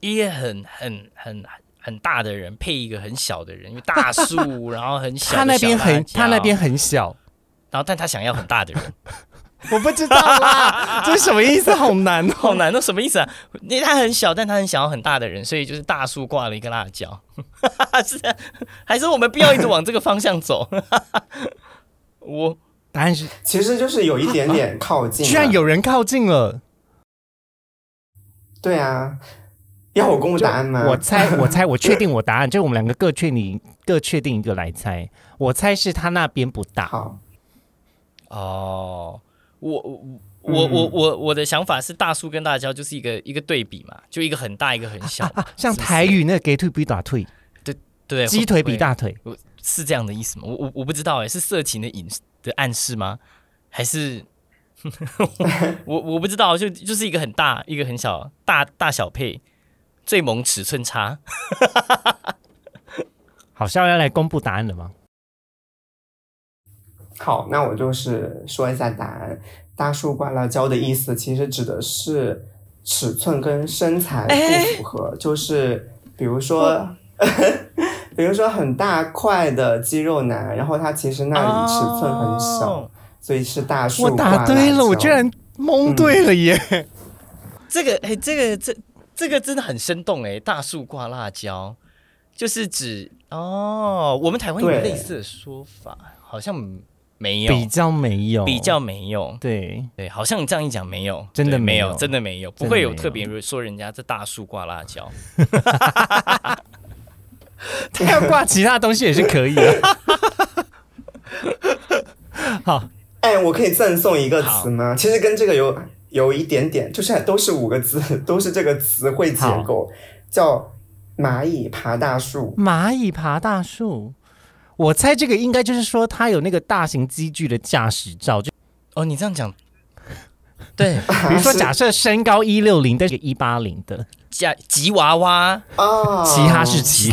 Speaker 2: 一个很很很很大的人配一个很小的人，因为大树，然后很小的
Speaker 1: 他那边
Speaker 2: 小辣
Speaker 1: 很
Speaker 2: 椒
Speaker 1: 他那边，很小，
Speaker 2: 然后但他想要很大的人，
Speaker 1: 我不知道啊啦， (laughs) 这是什么意思？好难
Speaker 2: 好
Speaker 1: 哦。
Speaker 2: 难，那什么意思啊？因为他很小，但他很想要很大的人，所以就是大树挂了一个辣椒， (laughs) 是这样还是我们不要一直往这个方向走？ (laughs) 我
Speaker 1: 答案是
Speaker 4: 其实就是有一点点靠近、
Speaker 1: 居然。有人靠近了。
Speaker 4: 对啊，要我公布答案吗？
Speaker 1: 我猜，我猜，我确定我答案，就是我们两个各确定各确定一个来猜。我猜是他那边不大，
Speaker 4: 好，
Speaker 2: 哦，我我。我
Speaker 4: 嗯
Speaker 2: 我我我的想法是，大树跟辣椒就是一个一个对比嘛，就一个很大，一个很小嘛，
Speaker 1: 像
Speaker 2: 是不是
Speaker 1: 台语那个 “gay 腿比打腿”，
Speaker 2: 对
Speaker 1: 鸡腿
Speaker 2: 会
Speaker 1: 比大腿。
Speaker 2: 我是这样的意思吗？我我我不知道哎、是色情的隐的暗示吗？还是我我不知道，就就是一个很大，一个很小，大大小配，最萌尺寸差。
Speaker 1: 好，逍遥来公布答案了吗？
Speaker 4: 好，那我就是说一下答案。大树挂辣椒的意思其实指的是尺寸跟身材不符
Speaker 1: 哎
Speaker 4: 合，就是比如说， (laughs) 比如说很大块的肌肉男，然后他其实那里尺寸很小，
Speaker 2: 哦
Speaker 4: 所以是大树
Speaker 1: 我
Speaker 4: 挂
Speaker 1: 答
Speaker 4: 辣
Speaker 1: 对了，
Speaker 4: 椒
Speaker 1: 我居然蒙对了耶！
Speaker 2: 这个哎、这个这这个真的很生动哎、大树挂辣椒，就是指哦，我们台湾有
Speaker 4: 对
Speaker 2: 类似的说法，好像没有，
Speaker 1: 比较没有，
Speaker 2: 嗯比较没有。
Speaker 1: 对，
Speaker 2: 对，好像你这样一讲没有，
Speaker 1: 真的
Speaker 2: 对
Speaker 1: 没
Speaker 2: 没
Speaker 1: 有
Speaker 2: 真的没有，不
Speaker 1: 真的
Speaker 2: 会有
Speaker 1: 没有
Speaker 2: 特别说人家这大树挂辣椒。
Speaker 1: 他 (laughs) 要挂其他东西也是可以啊的。 (laughs)
Speaker 4: 哎，我可以赠送一个
Speaker 2: 好
Speaker 4: 词吗？其实跟这个有有一点点，就是都是五个字， (laughs) 都是这个词汇结
Speaker 1: 好
Speaker 4: 构，叫蚂蚁爬大树。
Speaker 1: 蚂蚁爬大树，我猜这个应该就是说他有那个大型机具的驾驶照，就
Speaker 2: 哦，你这样讲，对，
Speaker 1: (laughs) 比如说
Speaker 4: 是
Speaker 1: 假设身高一六零，但是一八零的，
Speaker 2: 假吉娃娃，
Speaker 4: 哦，
Speaker 1: 其他是其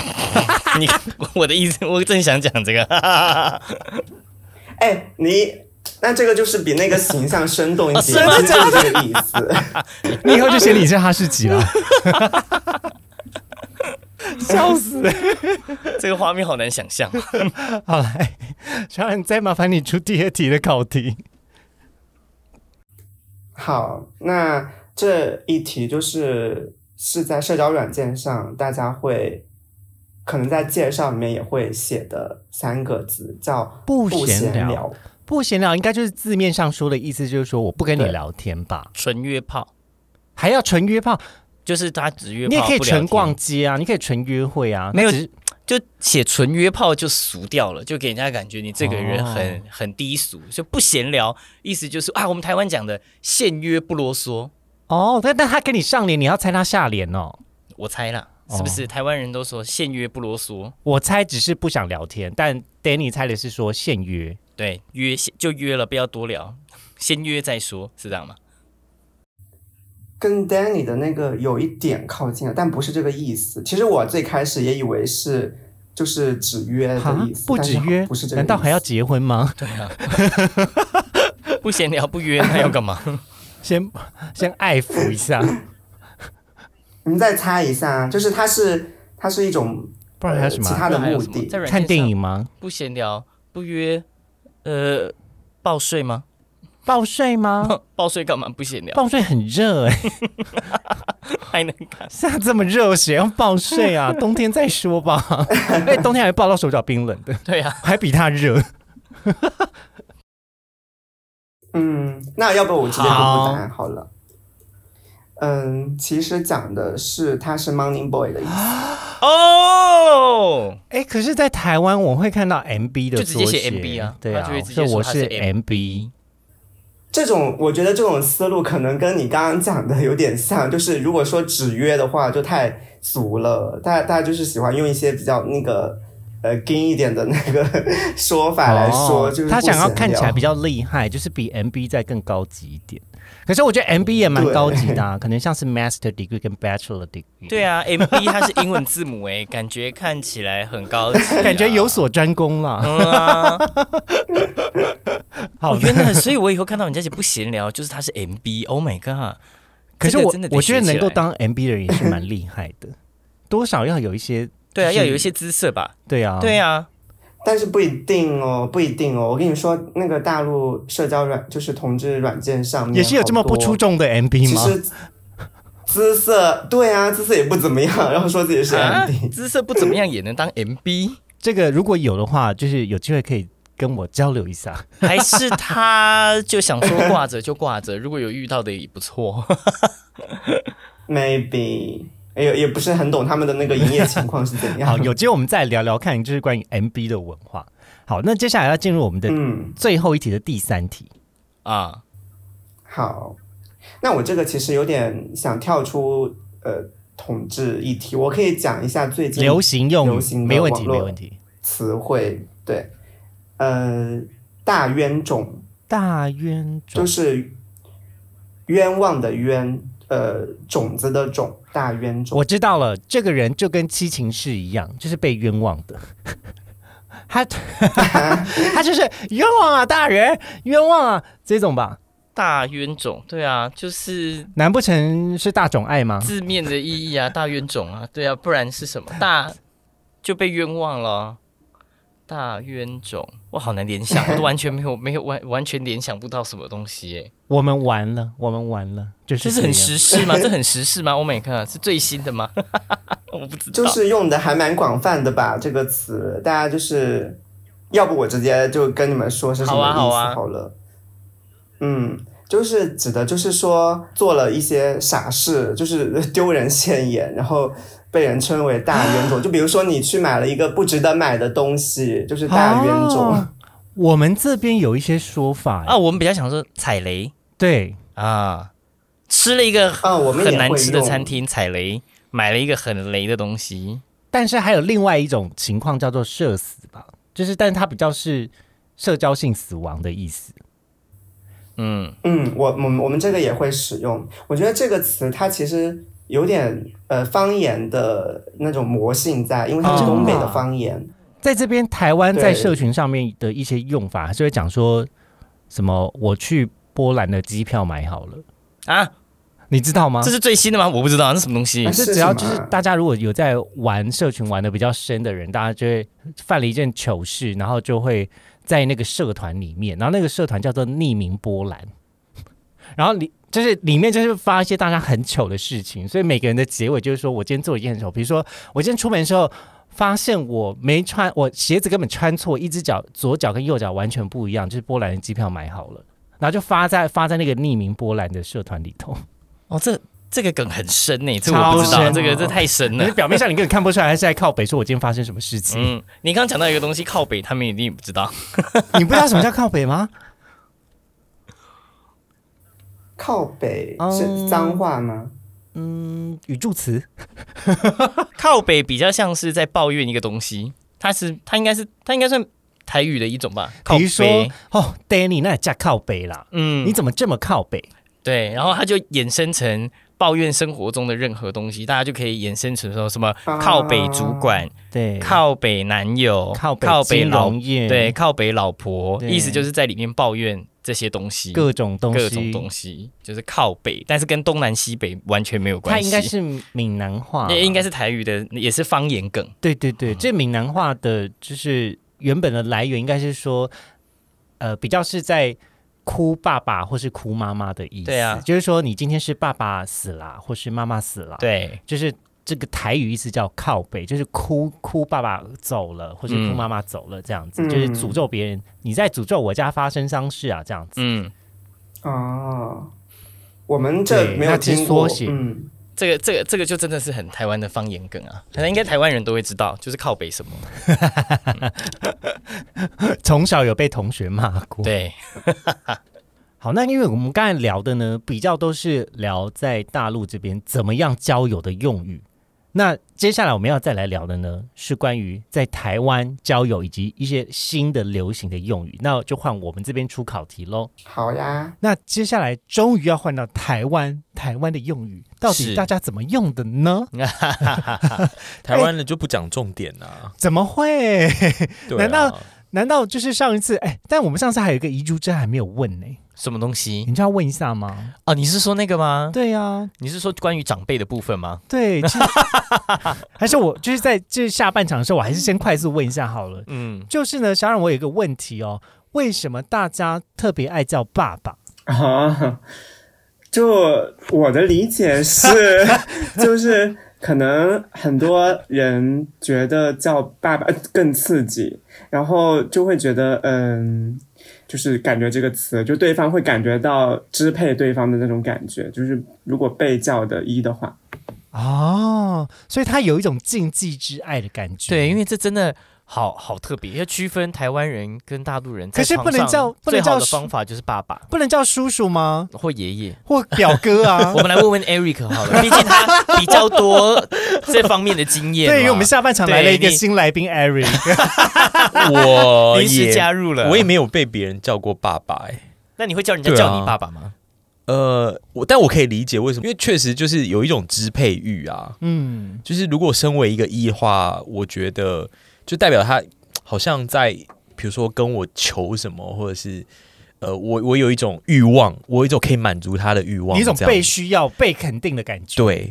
Speaker 2: 你看我的意思，我正想讲这个， (laughs)
Speaker 4: 哎，你那这个就是比那个形象生动一
Speaker 2: 啊是
Speaker 4: 点，其
Speaker 1: (laughs)
Speaker 2: 吗
Speaker 4: 实就是这个意思。
Speaker 1: 你以后就写你是哈士奇了。 (laughs) 笑死！
Speaker 2: 这个画面好难想象。
Speaker 1: (laughs) 好来，小冉，再麻烦你出第二题的考题。
Speaker 4: 好，那这一题就是是在社交软件上，大家会可能在介绍里面也会写的三个字，叫
Speaker 1: 不闲
Speaker 4: 闲
Speaker 1: 聊。不闲聊应该就是字面上说的意思，就是说我不跟你聊天吧，
Speaker 2: 纯约炮
Speaker 1: 还要纯约炮，
Speaker 2: 就是他只约炮，
Speaker 1: 你也可以
Speaker 2: 不聊天
Speaker 1: 纯逛，街啊，你可以纯约会啊，
Speaker 2: 没有
Speaker 1: 只是
Speaker 2: 就写纯约炮就俗掉了，就给人家感觉你这个人
Speaker 1: 哦
Speaker 2: 很、很低俗，就不闲聊，意思就是啊，我们台湾讲的现约不啰嗦，
Speaker 1: 哦，但但他跟你上联，你要猜他下联哦。
Speaker 2: 我猜啦，是不是？台湾人都说现约不啰嗦，
Speaker 1: 我猜只是不想聊天，但 Danny 猜的是说现约。
Speaker 2: 对，约就约了，不要多聊， (laughs) 先约再说，是这样吗？
Speaker 4: 跟 Danny 的那个有一点靠近了，但不是这个意思。其实我最开始也以为是就是只约的
Speaker 1: 哈
Speaker 4: 意思，
Speaker 1: 不
Speaker 4: 但
Speaker 1: 止
Speaker 4: 是好
Speaker 1: 约，
Speaker 4: 不是这个意思，
Speaker 1: 难道还要结婚吗？ (laughs)
Speaker 2: 对啊，不闲聊不约，那要干嘛？
Speaker 1: 先
Speaker 4: (laughs)
Speaker 1: 先爱抚一下，
Speaker 4: 啊你们再猜一下，就是它是它是一种
Speaker 1: 不然还有什么
Speaker 4: 呃其
Speaker 1: 啊？
Speaker 4: (laughs) 他的
Speaker 2: 那还有
Speaker 4: 目
Speaker 2: 什么
Speaker 4: 的。
Speaker 2: 在软件
Speaker 1: 看电
Speaker 2: 上
Speaker 1: 影吗？
Speaker 2: 不闲聊不约，呃，报税吗？ (laughs)
Speaker 1: 报税吗？
Speaker 2: 报税干嘛不闲聊？
Speaker 1: 报税很热哎、
Speaker 2: 还能
Speaker 1: (laughs)
Speaker 2: 干？
Speaker 1: 现在这么热，谁要报税
Speaker 4: (laughs)
Speaker 1: 啊？冬天再说吧。哎，冬天还报到手脚冰冷的，
Speaker 2: 对啊，
Speaker 1: 还比他热。
Speaker 4: 嗯，那要不我直接公布
Speaker 1: 好
Speaker 4: 答案好了。嗯，其实讲的是他是 Money Boy 的意思，
Speaker 2: (laughs) 哦，
Speaker 1: 哎，可是，在台湾我会看到 MB 的
Speaker 2: 就直接
Speaker 1: 缩
Speaker 2: 写
Speaker 1: 写
Speaker 2: MB 啊
Speaker 1: 对
Speaker 2: 他
Speaker 1: 啊
Speaker 2: 就会，直接
Speaker 1: 所以
Speaker 2: 说
Speaker 1: 我
Speaker 2: 他
Speaker 1: 是
Speaker 2: 是
Speaker 1: MB。
Speaker 4: 这种我觉得这种思路可能跟你刚刚讲的有点像，就是如果说只约的话就太俗了，大大家就是喜欢用一些比较那个呃硬一点的那个说法来说，
Speaker 1: 哦
Speaker 4: 就是
Speaker 1: 他
Speaker 4: 不
Speaker 1: 想要
Speaker 4: 闲
Speaker 1: 看起
Speaker 4: 聊
Speaker 1: 来比较厉害，就是比 MB 再更高级一点。可是我觉得 MB 也蛮高级的、啊，可 (laughs) 能像是 Master Degree 跟 Bachelor Degree，
Speaker 2: 对啊，MB 它是英文字母哎，感觉看起来很高级啊，
Speaker 1: 感觉有所专攻 (laughs) 啦。
Speaker 2: 嗯啊。
Speaker 1: 好
Speaker 2: 哦，
Speaker 1: 的
Speaker 2: 原来，所以我以后看到人家写不闲聊，就是他是 MB。Oh my god！
Speaker 1: 可是
Speaker 2: 这个
Speaker 1: 我
Speaker 2: 真的得
Speaker 1: 我觉得
Speaker 2: 学起
Speaker 1: 能够
Speaker 2: 来
Speaker 1: 当 MB 的人也是蛮厉害的， (laughs) 多少要有一些
Speaker 2: 对啊，
Speaker 1: 就是
Speaker 2: 要有一些姿色吧？
Speaker 1: 对啊，
Speaker 2: 对啊，
Speaker 4: 但是不一定哦，不一定哦。我跟你说，那个大陆社交软就是同志软件上面
Speaker 1: 也是有这么不
Speaker 4: 好
Speaker 1: 出
Speaker 4: 多
Speaker 1: 众的 MB
Speaker 4: 其
Speaker 1: 吗？
Speaker 4: 实姿色对啊，姿色也不怎么样，然后说自己是
Speaker 2: 啊
Speaker 4: MD，、
Speaker 2: 姿色不怎么样也能当 MB，
Speaker 1: 这个如果有的话，就是有机会可以跟我交流一下。
Speaker 2: (laughs) 还是他就想说挂着就挂着，如果有遇到的也不错。 (laughs)
Speaker 4: maybe 哎呦，也也不是很懂他们的那个营业情况是怎样。
Speaker 1: (laughs) 好，有机会我们再聊聊看，就是关于 MB 的文化。好，那接下来要进入我们的
Speaker 4: 嗯，
Speaker 1: 最后一题的第三题。
Speaker 2: 啊，
Speaker 4: 好。那我这个其实有点想跳出呃统治议题，我可以讲一下最近
Speaker 1: 流行用
Speaker 4: 嗯流行
Speaker 1: 语，
Speaker 4: 的
Speaker 1: 没问题，
Speaker 4: 网络
Speaker 1: 没问题。
Speaker 4: 词汇，对，呃，大冤种。
Speaker 1: 大冤种
Speaker 4: 就是冤枉的冤，呃，种子的种，大冤种。
Speaker 1: 我知道了，这个人就跟七情氏一样，就是被冤枉的。
Speaker 4: (laughs)
Speaker 1: 他他就是冤枉啊，大人冤枉啊，这种吧？
Speaker 2: 大冤种，对啊，就是
Speaker 1: 难不成是大种爱吗？
Speaker 2: 字面的意义
Speaker 4: (laughs)
Speaker 2: 啊，大冤种啊，对啊，不然是什么？大就被冤枉了啊。大冤种，我好难联想，啊
Speaker 4: (laughs)
Speaker 2: 我都完全没有没有完完全联想不到什么东西耶、
Speaker 1: 我们完了，我们完了，就是
Speaker 2: 这是很
Speaker 1: 这样
Speaker 2: 时事吗？这很时事吗？Oh my god，是最新的
Speaker 4: (laughs)
Speaker 2: 吗？我不知道。
Speaker 4: 就是用的还蛮广泛的吧，这个词，大家就是，要不我直接就跟你们说是什么
Speaker 2: 好
Speaker 4: 意
Speaker 2: 啊好啊
Speaker 4: 思好了。嗯，就是指的就是说做了一些傻事，就是 (laughs) 丢人现眼，然后被人称为大
Speaker 2: (laughs)
Speaker 4: 冤种。就比如说你去买了一个不值得买的东西，就是大冤种。
Speaker 1: 哦我们这边有一些说法
Speaker 4: 哦
Speaker 2: 啊，我们比较想说踩雷
Speaker 1: 对，
Speaker 2: 啊，吃了一个
Speaker 4: 啊我们也
Speaker 2: 很难吃的
Speaker 4: 会用
Speaker 2: 餐厅，踩雷，买了一个很雷的东西，
Speaker 1: 但是还有另外一种情况叫做社死吧，就是，但它比较是社交性死亡的意思。
Speaker 2: 嗯，
Speaker 4: (laughs) 嗯，我我们我们这个也会使用。我觉得这个词它其实有点呃方言的那种魔性在，因为它是
Speaker 1: 哦
Speaker 4: 东北
Speaker 2: 啊
Speaker 4: 的方言。
Speaker 1: 在这边台湾
Speaker 4: 对
Speaker 1: 在社群上面的一些用法，就会讲说什么我去波兰的机票买好了，
Speaker 2: 啊，
Speaker 1: 你知道吗
Speaker 2: 这？是最新的吗？我不知道，那什么东西
Speaker 4: 啊？
Speaker 1: 是
Speaker 4: 是
Speaker 1: 只要就
Speaker 4: 什么
Speaker 1: 是大家如果有在玩社群玩的比较深的人，大家就会犯了一件糗事，然后就会在那个社团里面，然后那个社团叫做匿名波兰， (laughs) 然后里就是里面就是发一些大家很糗的事情，所以每个人的结尾就是说我今天做了一件很糗，比如说我今天出门的时候发现我没穿，我鞋子根本穿错，一只脚左脚跟右脚完全不一样，就是波兰的机票买好了，然后就发在发在那个匿名波兰的社团里头。
Speaker 2: 哦，这这个梗很深呢、这我不知
Speaker 1: 超
Speaker 2: 道，
Speaker 1: 深
Speaker 2: 这个这太深
Speaker 1: 可是
Speaker 2: 了。
Speaker 1: (laughs) 表面上你根本看不出来，还是在靠北说我今天发生什么事情。
Speaker 2: 嗯，你刚刚讲到一个东西靠北，他们一定不知道。 (laughs)
Speaker 1: 你不知道什么叫靠北吗？
Speaker 4: 靠北
Speaker 1: 哦
Speaker 4: 是脏话吗？
Speaker 1: 嗯，语助词。
Speaker 2: 靠北比较像是在抱怨一个东西，它是它应该是它应该算台语的一种吧？靠
Speaker 1: 比如说
Speaker 2: 北，
Speaker 1: 哦，Danny 那也叫靠北啦，
Speaker 2: 嗯
Speaker 1: 你怎么这么靠北？
Speaker 2: 对，然后它就衍生成抱怨生活中的任何东西，大家就可以衍生成说什么
Speaker 4: 啊
Speaker 2: 靠北主管、
Speaker 1: 对，
Speaker 2: 靠北男友、
Speaker 1: 靠北
Speaker 2: 靠北
Speaker 1: 金
Speaker 2: 老
Speaker 1: 融业
Speaker 2: 对靠北老婆，
Speaker 1: 对
Speaker 2: 意思就是在里面抱怨这些东西，
Speaker 1: 各种东
Speaker 2: 各
Speaker 1: 西，
Speaker 2: 种东西，就是靠北，但是跟东南西北完全没有关
Speaker 1: 它
Speaker 2: 系。
Speaker 1: 应该是闽南话，
Speaker 2: 也应该是嗯台语的，也是方言梗。
Speaker 1: 对对对，这闽南话的就是原本的来源应该是说，呃，比较是在哭爸爸或是哭妈妈的意思，
Speaker 2: 对啊
Speaker 1: 就是说你今天是爸爸死啦，或是妈妈死啦，，
Speaker 2: 对，
Speaker 1: 就是这个台语意思叫靠背，就是哭哭爸爸走了，或是
Speaker 2: 嗯
Speaker 1: 哭妈妈走了这样子，
Speaker 4: 嗯
Speaker 1: 就是诅咒别人，你在诅咒我家发生丧事啊这样子，
Speaker 2: 嗯，
Speaker 4: 哦，我们这
Speaker 1: 对
Speaker 4: 没
Speaker 1: 那
Speaker 4: 有
Speaker 1: 只是
Speaker 4: 听过
Speaker 1: 缩，写
Speaker 4: 嗯，
Speaker 2: 这个这个这个就真的是很台湾的方言梗啊，可能应该台湾人都会知道，就是靠北什么。
Speaker 1: 从小有被同学骂过，
Speaker 2: 对，
Speaker 1: 好，那因为我们刚才聊的呢，比较都是聊在大陆这边怎么样交友的用语。那接下来我们要再来聊的呢，是关于在台湾交友以及一些新的流行的用语。那就换我们这边出考题喽。
Speaker 4: 好呀。
Speaker 1: 那接下来终于要换到台湾，台湾的用语到底
Speaker 2: 是
Speaker 1: 大家怎么用的呢？
Speaker 5: 台湾人就不讲重点啊，
Speaker 2: 哎
Speaker 1: 怎么
Speaker 2: (laughs)
Speaker 1: 会？
Speaker 5: 对啊
Speaker 1: 难道难道就是上一次？哎，但我们上次还有一个遗珠之憾还没有问呢、
Speaker 2: 什么东西
Speaker 1: 你就要问一下吗？
Speaker 2: 哦，你是说那个吗？
Speaker 1: 对呀、啊，
Speaker 2: 你是说关于长辈的部分吗？
Speaker 1: 对，
Speaker 2: (laughs)
Speaker 1: 其实还是我就是在这下半场的时候，我还是先快速问一下好了。
Speaker 5: 嗯，
Speaker 1: 就是呢，小冉，我有一个问题哦，为什么大家特别爱叫爸爸？
Speaker 4: 啊，就我的理
Speaker 1: (laughs)
Speaker 4: 解是，就是可能很多人觉得叫爸爸更刺激，然后就会觉得嗯。就是感觉这个词，就对方会感觉到支配对方的那种感觉。就是如果被叫的一的话，
Speaker 1: 哦，所以他有一种禁忌之爱的感觉。
Speaker 2: 对，因为这真的好好特别，要区分台湾人跟大陆人在
Speaker 1: 可是
Speaker 2: 床
Speaker 1: 不能
Speaker 2: 上
Speaker 1: 叫不能
Speaker 2: 最
Speaker 1: 叫
Speaker 2: 好的
Speaker 1: 叔
Speaker 2: 方法就是爸爸
Speaker 1: 不能叫叔叔吗？
Speaker 2: 或爷爷。
Speaker 1: 或表哥啊
Speaker 2: (laughs) 我？们来问问 Eric 好了，毕竟他比较多这方面的经验嘛。
Speaker 1: 对，因为我们下半场来了一个
Speaker 2: 啊对你
Speaker 1: 新来宾 Eric，
Speaker 2: (laughs)
Speaker 5: 我
Speaker 2: 临时
Speaker 5: 也
Speaker 2: 加入了，
Speaker 5: 我也没有被别人叫过爸爸哎、
Speaker 2: 那你会叫人家
Speaker 5: 对啊
Speaker 2: 叫你爸爸吗？
Speaker 5: 呃，我但我可以理解为什么，因为确实就是有一种支配欲啊，
Speaker 1: 嗯，
Speaker 5: 就是如果身为一个一的话，我觉得就代表他好像在，比如说跟我求什么，或者是呃，我我有一种欲望，我有一种可以满足他的欲望，
Speaker 1: 你一种
Speaker 5: 这样
Speaker 1: 被
Speaker 5: 子
Speaker 1: 需要、被肯定的感觉。
Speaker 5: 对，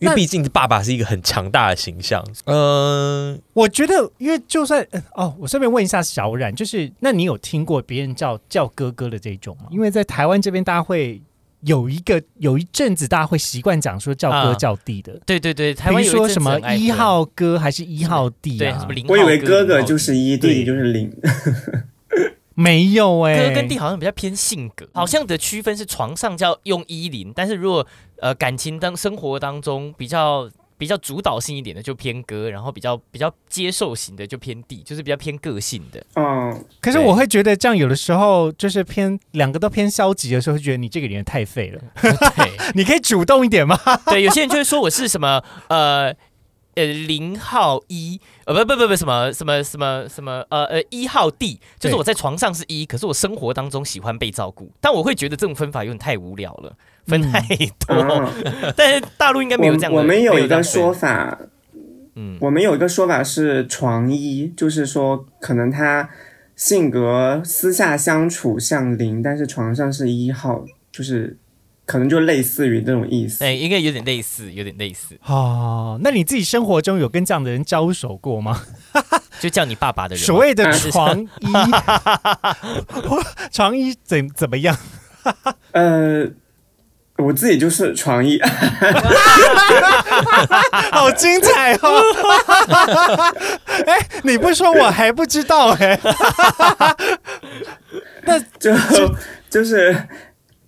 Speaker 5: 因
Speaker 1: 那
Speaker 5: 为毕竟爸爸是一个很强大的形象，
Speaker 2: 呃
Speaker 5: 嗯、
Speaker 1: 我觉得，因为就算呃哦，我顺便问一下小冉，就是那你有听过别人叫叫哥哥的这一种吗？因为在台湾这边，大家会有一个有一阵子，大家会习惯讲说叫哥
Speaker 2: 啊
Speaker 1: 叫弟的，
Speaker 2: 对对对，台
Speaker 1: 比
Speaker 2: 湾
Speaker 1: 如
Speaker 2: 有
Speaker 1: 说什
Speaker 2: 阵子
Speaker 1: 么
Speaker 2: 很爱
Speaker 1: 一
Speaker 2: 喝，
Speaker 1: 号哥还是一号弟
Speaker 2: 对
Speaker 1: 啊？
Speaker 2: 什么零号
Speaker 4: 我以为哥
Speaker 2: 零
Speaker 4: 哥
Speaker 2: 号
Speaker 4: 就是一，
Speaker 1: 对
Speaker 4: 弟就是零。
Speaker 1: 没有哎、
Speaker 2: 哥跟弟，好像比较偏性格，好像的区分是床上叫用依零，但是如果呃感情当生活当中比较。比较主导性一点的就偏哥，然后比较比较接受型的就偏弟，就是比较偏个性的。
Speaker 4: 嗯，
Speaker 1: 可是我会觉得这样，有的时候就是偏两个都偏消极的时候，会觉得你这个人也太废了，
Speaker 2: 对，
Speaker 1: (laughs) 你可以主动一点吗？
Speaker 2: (laughs) 对，有些人就会说我是什么呃呃零号一，呃不不不不什么什么什么什么呃呃一号 D，就
Speaker 1: 对
Speaker 2: 是我在床上是一，可是我生活当中喜欢被照顾，但我会觉得这种分法有点太无聊了，分太
Speaker 1: 哦
Speaker 2: 多。
Speaker 4: 嗯
Speaker 2: (laughs) 但是大陆应该没有这样的
Speaker 4: 我我们有
Speaker 2: 没
Speaker 4: 一
Speaker 2: 这样
Speaker 4: 个
Speaker 2: 的
Speaker 4: 说法，
Speaker 2: 嗯
Speaker 4: 我们有一个说法是床一，就是说可能他性格私下相处像零，但是床上是一号，就是可能就类似于这种意思。
Speaker 2: 哎、应该有点类似，有点类似，
Speaker 1: 哦，那你自己生活中有跟这样的人交手过吗？
Speaker 2: 就叫你爸爸的人嘛。
Speaker 1: 所谓的床衣，床衣怎怎么样？
Speaker 4: 呃，我自己就是床一，
Speaker 1: 好精彩哦！ (laughs) 哎，你不说我还不知道哎。
Speaker 4: (laughs)
Speaker 2: (laughs)
Speaker 4: 就就是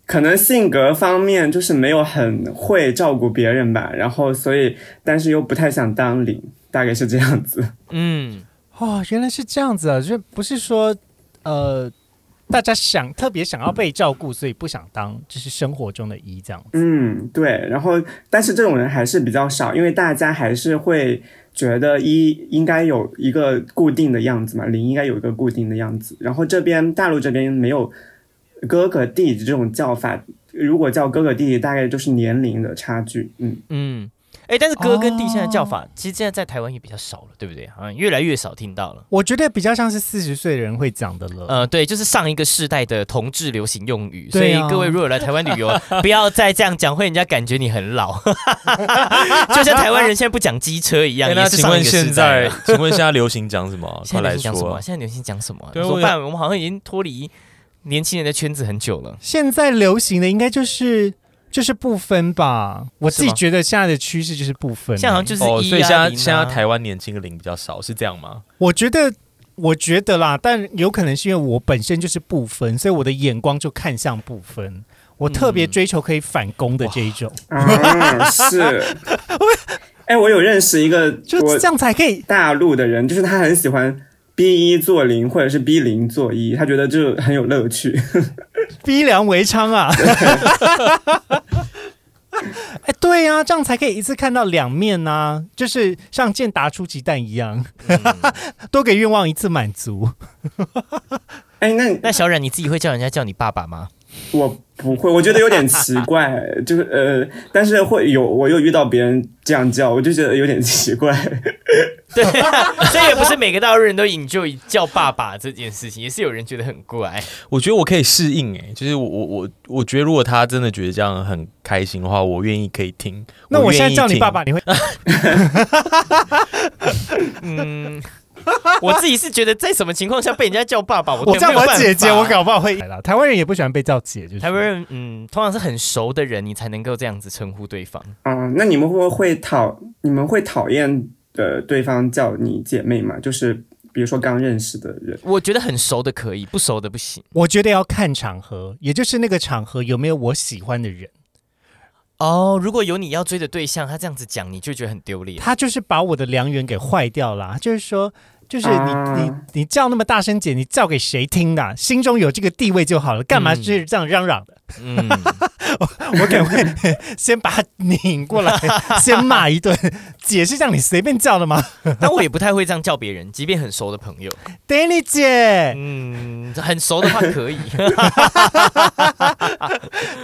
Speaker 4: 可能性格方面就是没有很会照顾别人吧，然后所以但是又不太想当零，大概是这样子。
Speaker 2: 嗯，
Speaker 1: 哦，原来是这样子啊，就不是说呃，大家想特别想要被照顾，所以不想当，就是生活中的一这样。
Speaker 4: 嗯，对。然后，但是这种人还是比较少，因为大家还是会觉得一应该有一个固定的样子嘛，零应该有一个固定的样子。然后这边大陆这边没有哥哥弟弟这种叫法，如果叫哥哥弟弟，大概就是年龄的差距。嗯，
Speaker 2: 嗯，
Speaker 6: 哎、
Speaker 2: 哎、
Speaker 6: 但是哥跟弟现在叫法，其实现在在台湾也比较少了，对不对？好像越来越少听到了。
Speaker 1: 我觉得比较像是四十岁的人会讲的了。
Speaker 2: 呃，对，就是上一个世代的同志流行用语，所
Speaker 1: 对
Speaker 2: 以
Speaker 1: 啊
Speaker 2: 各位如果有来台湾旅游，不要再这样讲，会人家感觉你很老， (laughs) 就像台湾人现在不讲机车一样。
Speaker 5: 哎
Speaker 2: 也
Speaker 5: 那
Speaker 2: 是
Speaker 5: 请
Speaker 2: 上一
Speaker 5: 问
Speaker 2: 个
Speaker 5: 现
Speaker 2: 世代
Speaker 5: 在
Speaker 2: 了，
Speaker 5: 请问现在流行讲
Speaker 2: (laughs)
Speaker 5: 什么啊？快
Speaker 2: 现在
Speaker 5: 来
Speaker 2: 流行讲什
Speaker 5: 说
Speaker 2: 么？
Speaker 5: 啊！
Speaker 2: 现在流行讲什么？
Speaker 5: 对
Speaker 2: 怎么
Speaker 5: 我
Speaker 2: 办？我们好像已经脱离年轻人的圈子很久了。
Speaker 1: 现在流行的应该就是就是不分吧，我自己
Speaker 2: 是吗
Speaker 1: 觉得现在的趋势就是不分、啊
Speaker 2: 现在好像就是
Speaker 5: 哦，
Speaker 2: 一
Speaker 5: 所以现
Speaker 2: 啊
Speaker 5: 在
Speaker 2: 零啊
Speaker 5: 现在台湾年轻龄比较少，是这样吗？
Speaker 1: 我觉得。我觉得啦，但有可能是因为我本身就是不分，所以我的眼光就看向不分。我特
Speaker 2: 嗯
Speaker 1: 别追求可以反攻的这一种，
Speaker 4: 嗯，是。哎，我有认识一个
Speaker 1: 就
Speaker 4: 我
Speaker 1: 这样才可以。
Speaker 4: 大陆的人，就是他很喜欢 B 一做零或者是 B 零做一，他觉得就很有乐趣。 (laughs)
Speaker 1: 逼良为娼啊！ (laughs) 哎，对呀、啊，这样才可以一次看到两面呐、就是像健达出奇蛋一样，
Speaker 2: 嗯
Speaker 1: (laughs) 多给愿望一次满足。
Speaker 4: 哎，那
Speaker 2: 那小冉，你自己会叫人家叫你爸爸吗？ (laughs)
Speaker 4: 我不会，我觉得有点奇怪， (laughs) 就是呃，但是会有我有遇到别人这样叫，我就觉得有点奇怪。 (laughs)
Speaker 2: 对、所以也不是每个大陆人都 enjoy 叫爸爸这件事情，也是有人觉得很怪。 (laughs)
Speaker 5: 我觉得我可以适应诶、就是我我我我觉得如果他真的觉得这样很开心的话，我愿意可以听。
Speaker 1: 那我
Speaker 5: 我
Speaker 1: 现在
Speaker 5: 愿意
Speaker 1: 叫你
Speaker 5: 听
Speaker 1: 爸爸，，你会
Speaker 2: 嗯，我自己是觉得在什么情况下被人家叫爸爸，我
Speaker 1: 我叫
Speaker 2: 没有
Speaker 1: 我
Speaker 2: 办
Speaker 1: 姐姐，
Speaker 2: 法
Speaker 1: 我搞不好会。啦台湾人也不喜欢被叫姐，就是
Speaker 2: 台湾人，嗯，通常是很熟的人，你才能够这样子称呼对方。
Speaker 4: 嗯，那你们会不会讨你们会讨厌呃对方叫你姐妹吗？就是比如说刚认识的人，
Speaker 2: 我觉得很熟的可以，不熟的不行。
Speaker 1: 我觉得要看场合，也就是那个场合有没有我喜欢的人。
Speaker 2: 哦，如果有你要追的对象，他这样子讲，你就觉得很丢 (laughs) 脸。
Speaker 1: 他就是把我的良缘给坏掉啦，就是说。就是你、你
Speaker 4: 啊
Speaker 1: 你叫那么大声姐，你叫给谁听的啊、心中有这个地位就好了，干嘛就是这样嚷嚷的？
Speaker 2: 嗯，
Speaker 1: 嗯 (laughs) 我可能会 (laughs) 先把他拧过 (laughs) 来，先骂一顿。姐是让你随便叫的吗
Speaker 2: 但我也不太会这样叫别人，即便很熟的朋友。
Speaker 1: ？Danny 姐，
Speaker 2: 嗯，很熟的话可 (laughs) 以，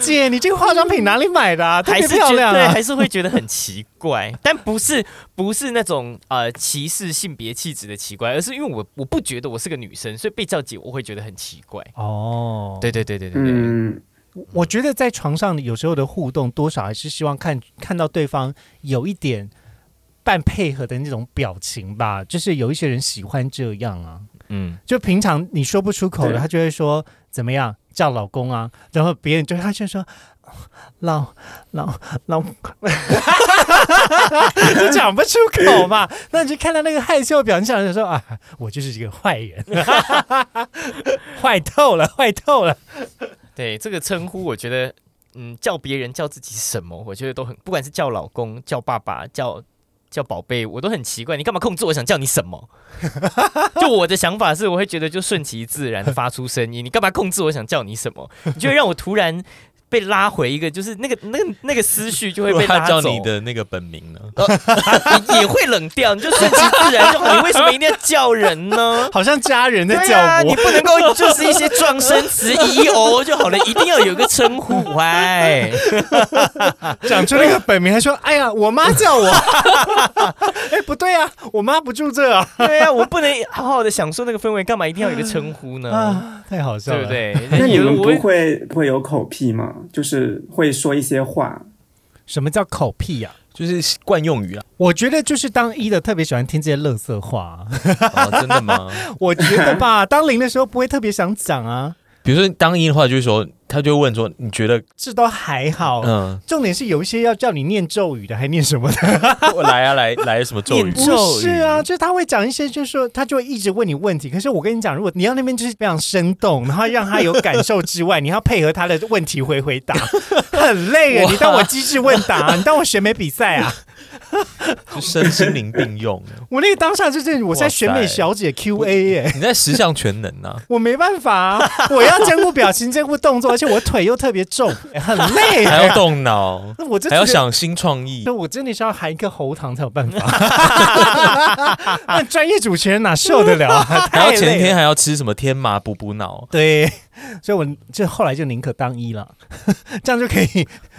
Speaker 1: 姐，你这个化妆品哪里买的、啊？特
Speaker 2: 还
Speaker 1: 别
Speaker 2: 是
Speaker 1: 漂
Speaker 2: 觉得
Speaker 1: 亮
Speaker 2: 对，
Speaker 1: 啊！
Speaker 2: 还是会觉得很奇怪，但不是不是那种呃歧视性别气质的奇怪，而是因为我我不觉得我是个女生，所以被叫姐我会觉得很奇怪。
Speaker 1: 哦，
Speaker 2: 对对对对对对。
Speaker 4: 嗯，
Speaker 1: 我觉得在床上有时候的互动，多少还是希望看看到对方有一点半配合的那种表情吧。就是有一些人喜欢这样啊，
Speaker 2: 嗯，
Speaker 1: 就平常你说不出口的，
Speaker 4: 对
Speaker 1: 他就会说怎么样叫老公啊，然后别人就他就说老老老， (laughs) 就讲不出口
Speaker 2: (laughs)
Speaker 1: 嘛。那你就看到那个害羞的表情，想就说啊，我就是一个坏人， (laughs) 坏透了，坏透了。
Speaker 2: 对，这个称呼我觉得，嗯，叫别人叫自己什么，我觉得都很，不管是叫老公、叫爸爸、叫叫宝贝，我都很奇怪，你干嘛控制我想叫你什么？ (laughs) 就我的想法是，我会觉得就顺其自然的发出声音，你干嘛控制我想叫你什么？你就会让我突然。被拉回一个，就是那个、那个、那个思绪就会
Speaker 5: 如果
Speaker 2: 被
Speaker 5: (laughs) 他
Speaker 2: 拉
Speaker 5: 叫
Speaker 2: 走，
Speaker 5: 你的那个本名呢？
Speaker 2: 也也会冷掉，你就顺其自然就好。你为什么一定要叫人呢？
Speaker 1: 好像家人在
Speaker 2: 对
Speaker 1: 叫
Speaker 2: 啊，你
Speaker 1: 我，
Speaker 2: 不能够就是一些撞声词、e o 就好了，一定要有个称呼，哎喂。
Speaker 1: 讲出那个本名，还说哎呀，我妈叫 (laughs) 我。哎，不对啊，我妈不住这啊。
Speaker 2: 对啊，我不能好好的享受那个氛围，干嘛一定要有一个称呼
Speaker 1: (laughs)
Speaker 2: 呢？
Speaker 1: 啊，太好笑
Speaker 2: 对
Speaker 1: 了，
Speaker 2: 不？对？
Speaker 4: 那你们
Speaker 2: 我
Speaker 4: 不会不会有口癖吗？就是会说一些话。
Speaker 1: 什么叫口癖啊呀、
Speaker 5: 就是惯用语啊？ (laughs)
Speaker 1: 我觉得就是当一的特别喜欢听这些乐色话 (laughs) 啊、
Speaker 5: 哦，真的吗？
Speaker 1: 我觉得吧， (laughs) 当零的时候不会特别想讲啊，
Speaker 5: 比如说当一的话，就是说他就会问说，你觉得
Speaker 1: 这都还
Speaker 2: 哦
Speaker 1: 好。
Speaker 5: 嗯，
Speaker 1: 重点是有一些要叫你念咒语的，还念什么的？
Speaker 5: 我来啊来来什
Speaker 2: (laughs)
Speaker 5: 么咒语？
Speaker 2: 念咒
Speaker 1: 不是啊，就是他会讲一些，就是说他就会一直问你问题。可是我跟你讲，如果你要那边就是非常生动，然后让他有感受之外，你要配合他的问题回回
Speaker 5: (laughs)
Speaker 1: 答，很累啊！你当我机智问答、你当我选美比赛啊？
Speaker 5: 就身心灵并用。
Speaker 1: 我那个当下就是我在选美小姐 Q A 耶、
Speaker 5: 你在十项全能啊！
Speaker 2: (laughs)
Speaker 1: 我没办法、啊，我要兼顾表情，兼顾动作，而且我腿又特别重，很累、
Speaker 5: 还要
Speaker 1: 啊。
Speaker 2: (laughs)
Speaker 5: 动脑，
Speaker 1: 那我这
Speaker 5: 还要想新创意
Speaker 1: 那。我真的是要含一个喉糖才有
Speaker 5: (laughs)
Speaker 1: 办法。那专业主持人哪受得了啊？
Speaker 5: 然
Speaker 1: 太
Speaker 5: 后
Speaker 1: 累
Speaker 5: 前天
Speaker 1: 了
Speaker 5: 还要吃什么天麻补补脑，
Speaker 1: (laughs) 对，所以我就后来就宁可当一了， (laughs) 这样就可以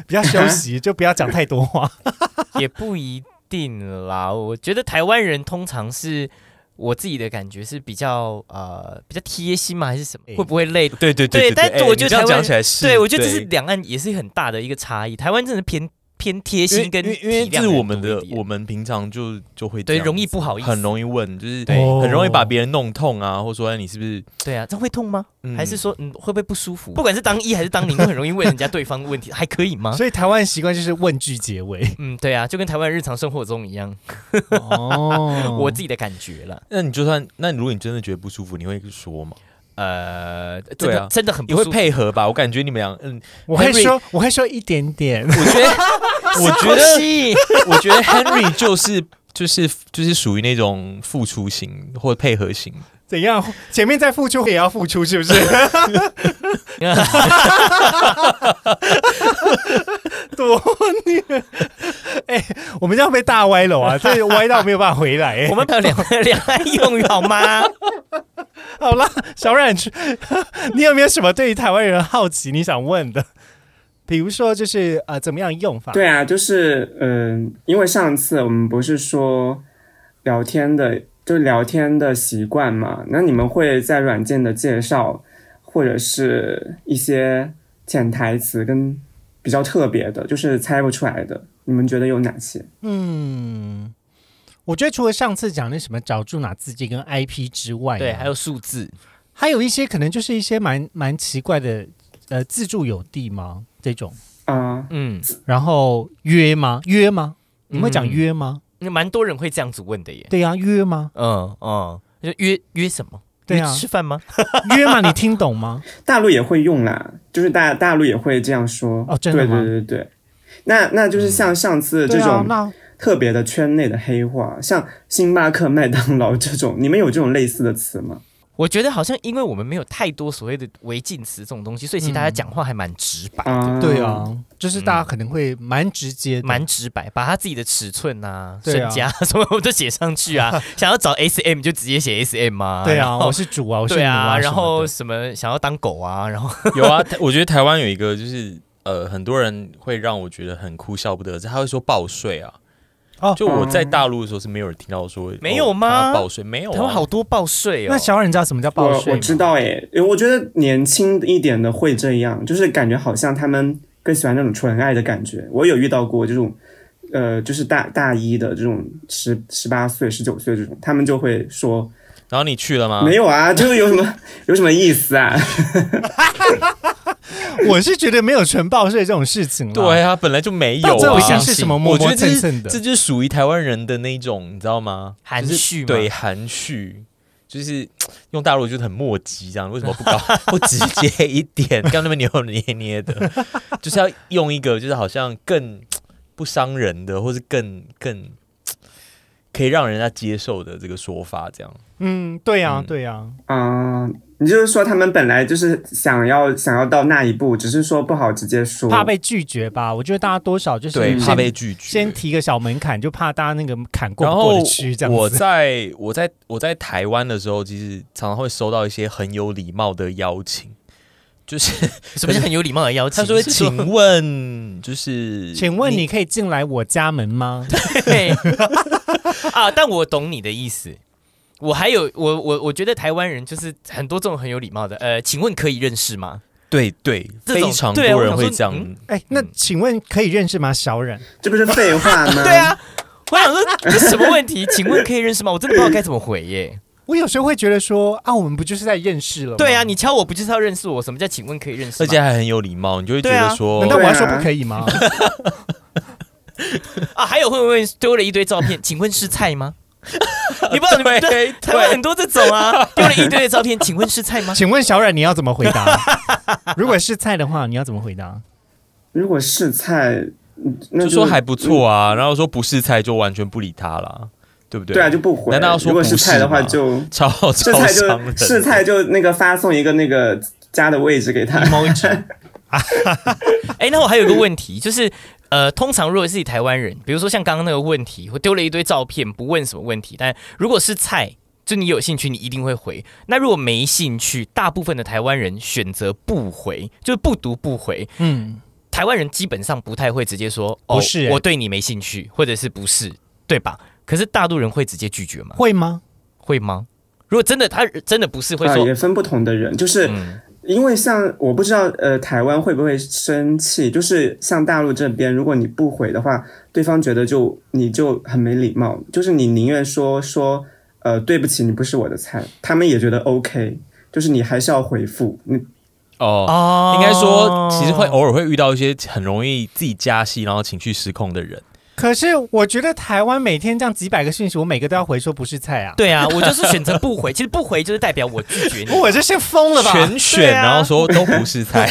Speaker 1: 比较休息，就不要讲太多 (laughs) 话。
Speaker 2: 也不一定啦。我觉得台湾人通常是我自己的感觉是比较呃比较贴心嘛，还是什么？
Speaker 1: 哎
Speaker 2: 会不会累？
Speaker 5: 对对
Speaker 2: 对但
Speaker 5: 哎
Speaker 2: 我
Speaker 5: 你
Speaker 2: 觉得
Speaker 5: 这样
Speaker 2: 台湾
Speaker 5: 讲起来是，
Speaker 2: 对，我觉得这是两岸也是很大的一个差异。台湾真的偏偏贴
Speaker 5: 因为
Speaker 2: 心跟
Speaker 5: 因为因为
Speaker 2: 体
Speaker 5: 这
Speaker 2: 谅
Speaker 5: 是
Speaker 2: 的人
Speaker 5: 我们
Speaker 2: 多
Speaker 5: 的
Speaker 2: 一，点
Speaker 5: 我们平常就就会
Speaker 2: 对
Speaker 5: 这样
Speaker 2: 容易
Speaker 5: 子
Speaker 2: 不好意思，
Speaker 5: 很容易问，就是
Speaker 2: 对
Speaker 5: 很容易
Speaker 1: 哦
Speaker 5: 把别人弄痛啊，或者说哎你是不是
Speaker 2: 对啊，这样会痛吗？
Speaker 5: 嗯
Speaker 2: 还是说嗯会不会不舒服？不管是当一还是当零，都很容易问人家对方的问题，还可以吗？
Speaker 1: 所以台湾习惯就是问句结尾。
Speaker 2: 嗯，对啊，就跟台湾日常生活中一样，
Speaker 1: (laughs) 哦
Speaker 2: 我自己的感觉了。
Speaker 5: 那你就算那如果你真的觉得不舒服，你会说吗？
Speaker 2: 呃，真
Speaker 5: 对
Speaker 2: 的、
Speaker 5: 啊
Speaker 2: 真的很
Speaker 5: 你
Speaker 2: 不
Speaker 5: 会
Speaker 2: 舒服。
Speaker 5: 配合吧？我感觉你们俩，嗯，
Speaker 1: 我会
Speaker 5: Henry-
Speaker 1: 说，我会说一点点。
Speaker 2: (laughs)
Speaker 5: 我觉得我觉
Speaker 2: 可
Speaker 5: 得
Speaker 2: (laughs) 惜
Speaker 5: 我觉得 Henry 就是就是就是属于那种付出型或配合型，
Speaker 1: (laughs) 怎样？前面在付出也要付出，是不是？ (laughs) 多虐！ (laughs) 哎、我们这样被大歪了啊，这歪到没有办法回来、哎
Speaker 2: 我们没有两 (laughs) 两岸用语好吗？
Speaker 1: (laughs) 好啦，小冉， (laughs) 你有没有什么对于台湾人好奇你想问的？比如说，就是呃，怎么样用法？
Speaker 4: 对啊，就是嗯、因为上次我们不是说聊天的，就聊天的习惯嘛，那你们会在软件的介绍或者是一些潜台词跟比较特别的，就是猜不出来的，你们觉得有哪些？
Speaker 1: 嗯，我觉得除了上次讲那什么找住哪字迹跟 IP 之外啊，
Speaker 2: 对，还有数字，
Speaker 1: 还有一些可能就是一些蛮蛮奇怪的，呃，自助有地吗？这种，
Speaker 4: 啊、
Speaker 2: 嗯，
Speaker 1: 然后约吗？约吗？你们会讲约吗？
Speaker 2: 那蛮多人会这样子问的耶。
Speaker 1: 对呀、啊约吗？
Speaker 2: 嗯嗯，就约约什么？
Speaker 1: 对啊
Speaker 2: 约吃饭吗？
Speaker 1: 约
Speaker 2: (laughs)
Speaker 1: 吗？你听懂吗？
Speaker 4: 大陆也会用啦，就是大大陆也会这样说。
Speaker 1: 哦真的吗嗯
Speaker 4: 对对对对，那那就是像上次这
Speaker 1: 对啊
Speaker 4: 种，
Speaker 1: 那
Speaker 4: 特别的圈内的黑话，像星巴克、麦当劳这种，你们有这种类似的词吗？
Speaker 2: 我觉得好像因为我们没有太多所谓的违禁词这种东西，所以其实大家讲话还蛮直白，
Speaker 4: 啊，
Speaker 1: 对，啊，就是大家可能会蛮直接的，
Speaker 2: 蛮直白，把他自己的尺寸啊、
Speaker 1: 对
Speaker 2: 身
Speaker 1: 啊
Speaker 2: 家什么都写上去啊。想要找 S M 就直接写 S M 啊。
Speaker 1: 对
Speaker 2: 然
Speaker 1: 啊，
Speaker 2: 后
Speaker 1: 我是主啊，我是
Speaker 2: 对
Speaker 1: 奴啊什么
Speaker 2: 啊，
Speaker 1: 的，
Speaker 2: 然后什么想要当狗啊，然后
Speaker 5: (laughs) 有啊，台我觉得台湾有一个就是呃，很多人会让我觉得很哭笑不得，是他会说报税啊。
Speaker 1: 哦
Speaker 5: 就我在大陆的时候是没有人听到说
Speaker 2: 没有
Speaker 5: 哦
Speaker 2: 吗
Speaker 5: 他要报税没有、啊，
Speaker 2: 台湾好多报税哦。
Speaker 1: 那小冉知道什么叫报
Speaker 4: 我
Speaker 1: 税
Speaker 4: 我
Speaker 1: 吗？
Speaker 4: 知道诶，因为我觉得年轻一点的会这样，就是感觉好像他们更喜欢那种纯爱的感觉。我有遇到过这种，呃，就是大大一的这种十十八岁、十九岁这种，他们就会说、
Speaker 5: 然后你去了吗？
Speaker 4: 没有啊， (laughs) 就是有什么有什么意思啊？ (laughs)
Speaker 1: 我是觉得没有纯报税这种事情啦，
Speaker 5: 对啊，本来就没有
Speaker 1: 到最后
Speaker 5: 啊。
Speaker 1: 像是什么磨
Speaker 5: 我觉
Speaker 1: 磨
Speaker 5: 得这
Speaker 1: 蹭
Speaker 5: 是
Speaker 1: 蹭的
Speaker 5: 这，就是属于台湾人的那种，你知道吗？
Speaker 2: 含
Speaker 5: 就是
Speaker 2: 蓄嘛
Speaker 5: 对含蓄，就是用大陆就是很磨叽这样，为什么
Speaker 2: (laughs)
Speaker 5: 不搞不直接一点， (laughs) 刚那么扭扭捏捏的，就是要用一个就是好像更不伤人的，或是更更可以让人家接受的这个说法，这样。
Speaker 1: 嗯，对呀、
Speaker 5: 嗯
Speaker 1: 对呀、
Speaker 4: 啊、你就是说他们本来就是想要想要到那一步，只是说不好直接说。
Speaker 1: 怕被拒绝吧？我觉得大家多少就是
Speaker 5: 嗯对，
Speaker 1: 先
Speaker 5: 怕被拒绝。
Speaker 1: 先提个小门槛，就怕大家那个坎过
Speaker 5: 然
Speaker 1: 不
Speaker 5: 后
Speaker 1: 过得去这样子。
Speaker 5: 我在我在我在台湾的时候，其实常常会收到一些很有礼貌的邀请，就是
Speaker 2: 什么是很有礼貌的邀请？
Speaker 5: 他说：“
Speaker 2: 是说
Speaker 5: 请问，就是
Speaker 1: 请问你可以进来我家门吗？
Speaker 2: 对 (laughs) 啊，但我懂你的意思。我还有我我我觉得台湾人就是很多这种很有礼貌的。呃，请问可以认识吗？
Speaker 5: 对对，
Speaker 2: 这种
Speaker 5: 非常多
Speaker 2: 对啊
Speaker 5: 人
Speaker 2: 我想
Speaker 5: 会
Speaker 2: 说
Speaker 5: 这样，
Speaker 2: 嗯
Speaker 1: 哎、那请问可以认识吗？小冉，
Speaker 4: 这不是废话
Speaker 5: (laughs)
Speaker 4: 吗？
Speaker 2: 对啊，我想说这什么问题？请问可以认识吗？我真的不知道该怎么回耶。
Speaker 1: 我有时候会觉得说啊，我们不就是在认识了吗？
Speaker 2: 对啊，你敲我不就是要认识我？什么叫请问可以认识
Speaker 5: 而
Speaker 2: 吗？
Speaker 5: 且还很有礼貌，你就会觉
Speaker 2: 对
Speaker 5: 得
Speaker 2: 啊
Speaker 5: 说
Speaker 1: 难，道我要说
Speaker 4: 对啊
Speaker 1: 不可以吗？
Speaker 5: (laughs)
Speaker 2: 啊，还有会不会丢了一堆照片？请问是
Speaker 7: (laughs)
Speaker 2: 菜吗？你不知道你们对 (laughs) 台湾很多这种啊，丢了一堆的照片，请问是
Speaker 7: (laughs)
Speaker 2: 菜吗？
Speaker 1: (laughs) 请问小冉你要怎么回答？如果是菜的话，你要怎么回答？
Speaker 4: 如果是菜，嗯那
Speaker 5: 就说还不错啊，然后说不是菜就完全不理他啦，对不对？
Speaker 4: 对啊，就不回。
Speaker 5: 难道要说
Speaker 4: 如果
Speaker 5: 不
Speaker 4: 是菜的话
Speaker 5: 吗
Speaker 4: 就，
Speaker 5: 超超
Speaker 4: 是菜
Speaker 5: 伤人
Speaker 4: 就
Speaker 5: 的？
Speaker 4: 是
Speaker 5: (laughs)
Speaker 4: 菜就那个发送一个那个家的位置给
Speaker 5: 嗯
Speaker 4: 他。
Speaker 5: (laughs)
Speaker 2: 哎、那我还有一个问题，就是呃，通常如果是以台湾人，比如说像刚刚那个问题，我丢了一堆照片，不问什么问题，但如果是菜就你有兴趣，你一定会回。那如果没兴趣，大部分的台湾人选择不回，就是不读不回。
Speaker 8: 嗯，
Speaker 2: 台湾人基本上不太会直接说“哦，
Speaker 7: 不是欸
Speaker 2: 我对你没兴趣”或者是“不是”，对吧？可是大陆人会直接拒绝吗？
Speaker 7: 会吗？
Speaker 2: 会吗？如果真的他真的不是，会
Speaker 4: 啊，
Speaker 2: 说
Speaker 4: 也分不同的人，就是
Speaker 2: 嗯
Speaker 4: 因为像我不知道呃台湾会不会生气，就是像大陆这边，如果你不回的话，对方觉得就你就很没礼貌，就是你宁愿说说呃对不起，你不是我的菜，他们也觉得 OK，就是你还是要回复，你
Speaker 5: 哦。
Speaker 2: 哦
Speaker 5: 应该说，其实会偶尔会遇到一些很容易自己加戏，然后情绪失控的人。
Speaker 1: 可是我觉得台湾每天这样几百个讯息，我每个都要回说不是菜啊。
Speaker 2: 对啊，我就是选择不回。其实不回就是代表我拒绝你。
Speaker 1: 哦我这是疯了吧？
Speaker 5: 全选，
Speaker 1: 对啊
Speaker 5: 然后说都不是 (laughs) 菜，